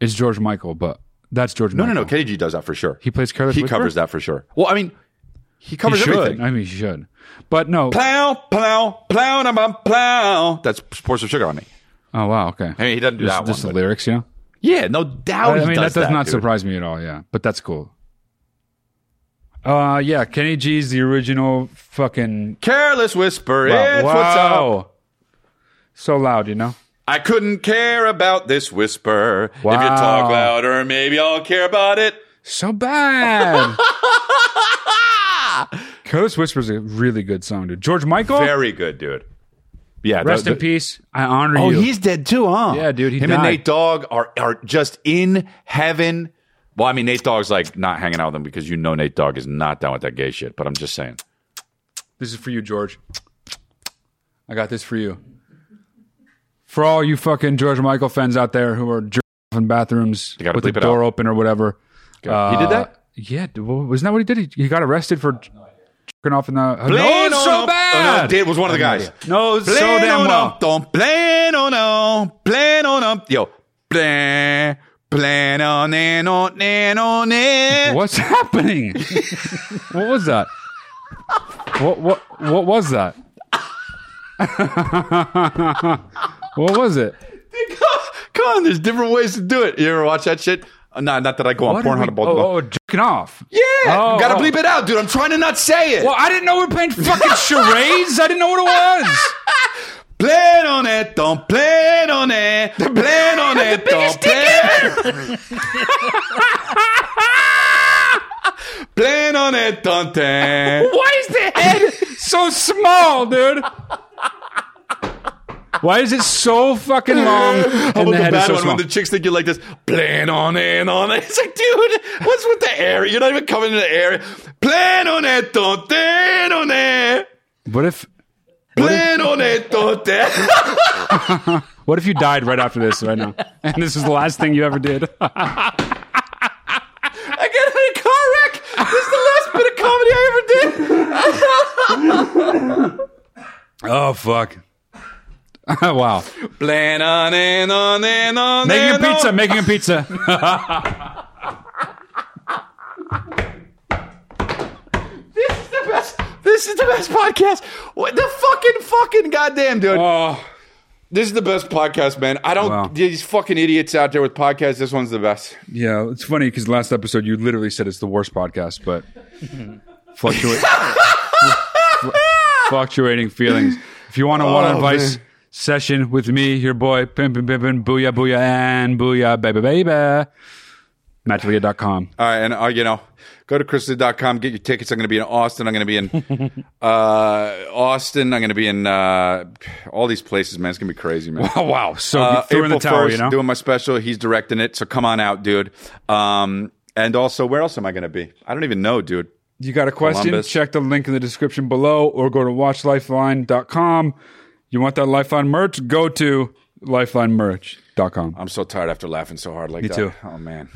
Speaker 2: It's George Michael, but that's George
Speaker 3: No, no,
Speaker 2: Michael.
Speaker 3: no. Kenny G does that for sure.
Speaker 2: He plays Careless
Speaker 3: He
Speaker 2: Whisper?
Speaker 3: covers that for sure. Well, I mean, he covers
Speaker 2: he should.
Speaker 3: everything.
Speaker 2: I mean, he should. But no.
Speaker 3: Plow, plow, plow, da, bum, plow. That's pour some sugar on me.
Speaker 2: Oh, wow. Okay.
Speaker 3: I mean, he doesn't do
Speaker 2: Just-
Speaker 3: that
Speaker 2: Just
Speaker 3: one,
Speaker 2: the lyrics, yeah.
Speaker 3: Yeah, no doubt.
Speaker 2: I mean,
Speaker 3: he does
Speaker 2: that does not
Speaker 3: dude.
Speaker 2: surprise me at all. Yeah, but that's cool. Uh, yeah, Kenny G's the original fucking.
Speaker 3: Careless whisper.
Speaker 2: Wow.
Speaker 3: It's what's up.
Speaker 2: Wow. So loud, you know.
Speaker 3: I couldn't care about this whisper.
Speaker 2: Wow.
Speaker 3: If you talk louder, maybe I'll care about it.
Speaker 2: So
Speaker 3: *laughs*
Speaker 2: bad. Careless Whisper's a really good song, dude. George Michael,
Speaker 3: Very good, dude. Yeah.
Speaker 2: rest
Speaker 3: the-
Speaker 2: in
Speaker 3: the-
Speaker 2: peace. I honor
Speaker 3: Oh,
Speaker 2: you.
Speaker 3: he's dead too, huh?
Speaker 2: Yeah, dude, he
Speaker 3: Him and
Speaker 2: died.
Speaker 3: Nate Dogg are are just in heaven. Well, I mean, Nate Dogg's like not hanging out with them because you know Nate Dogg is not down with that gay shit. But I'm just saying.
Speaker 2: This is for you, George. I got this for you. For all you fucking George Michael fans out there who are jerking off in bathrooms
Speaker 3: gotta
Speaker 2: with the
Speaker 3: bleep it
Speaker 2: door
Speaker 3: out.
Speaker 2: open or whatever. uh,
Speaker 3: He did that?
Speaker 2: Yeah. d- well, Wasn't that what he did? He, he got arrested for jerking off in the. uh, No,
Speaker 3: Plain
Speaker 2: it's
Speaker 3: on
Speaker 2: so
Speaker 3: up- Oh, no,
Speaker 2: bad.
Speaker 3: Dave was one of the
Speaker 2: I have
Speaker 3: guys.
Speaker 2: No, it's so
Speaker 3: Plain
Speaker 2: damn
Speaker 3: on
Speaker 2: well.
Speaker 3: up, don't plan on up, plan on up, yo, plan, plan on and on and on and.
Speaker 2: What's *laughs* happening? what was that? What what what was
Speaker 3: *laughs*
Speaker 2: that? what was it?
Speaker 3: Come on, there's different ways to do it. You ever watch that shit? Uh, nah, not that I go on
Speaker 2: What did we-
Speaker 3: Pornhub. about-
Speaker 2: oh, oh, jerking off.
Speaker 3: yeah,
Speaker 2: Oh,
Speaker 3: gotta
Speaker 2: oh.
Speaker 3: bleep it out, dude. I'm trying to not say it.
Speaker 2: Well, I didn't know we were playing *laughs* fucking charades. I didn't know what it was.
Speaker 3: *laughs* Plan on it, don't plan
Speaker 2: *laughs*
Speaker 3: on it, plan on it, don't plan. *laughs* Plan on it, don't plan.
Speaker 2: Why is the head so small, dude? *laughs* Why is it so fucking long and
Speaker 3: How about
Speaker 2: the
Speaker 3: the
Speaker 2: head is
Speaker 3: bad
Speaker 2: so
Speaker 3: one
Speaker 2: small?
Speaker 3: when the chicks think you're like this? Plan on it, on it. It's like, dude, what's with the air? You're not even coming to the air. Plan on it, don't plan on it.
Speaker 2: What if
Speaker 3: Plan on it, don't plan.
Speaker 2: what if you died right after this right
Speaker 3: *laughs*
Speaker 2: now? And this is the last thing you ever did.
Speaker 3: I got in a car wreck. This is the last bit of comedy I ever did.
Speaker 2: oh fuck. *laughs* wow.
Speaker 3: Plan on and on and on.
Speaker 2: Making a
Speaker 3: and on.
Speaker 2: pizza, making a pizza.
Speaker 3: *laughs*
Speaker 2: *laughs*
Speaker 3: This is the best. This is the best podcast. What the fucking fucking goddamn dude.
Speaker 2: Oh.
Speaker 3: This is the best podcast, man. I don't.
Speaker 2: Wow.
Speaker 3: These fucking idiots out there with podcasts. This one's the best.
Speaker 2: Yeah, it's funny because last episode you literally said it's the worst podcast, but *laughs* fluctuate,
Speaker 3: *laughs*
Speaker 2: fl- fluctuating feelings. If you want a
Speaker 3: Oh,
Speaker 2: one advice session with me, your boy, pimpin' pimpin', booyah booyah and booyah baby baby, matchmedia.com.
Speaker 3: All right, and uh, you know, go to chrisley.com, get your tickets. I'm going to be in Austin. I'm going
Speaker 2: *laughs*
Speaker 3: to be in uh, Austin. I'm going to be in uh, all these places, man. It's going to be crazy, man.
Speaker 2: Oh, *laughs* wow. So
Speaker 3: Uh,
Speaker 2: you threw in the
Speaker 3: April
Speaker 2: towel,
Speaker 3: 1st,
Speaker 2: you know?
Speaker 3: doing my special. He's directing it, so come on out, dude. Um, and also, where else am I going to be? I don't even know, dude.
Speaker 2: You got a question?
Speaker 3: Columbus.
Speaker 2: Check the link in the description below or go to watchlifeline.com. You want that Lifeline merch? Go to lifelinemerch.com.
Speaker 3: uh, oh, I'm so tired after laughing so hard like
Speaker 2: Me
Speaker 3: that.
Speaker 2: too.
Speaker 3: Oh man.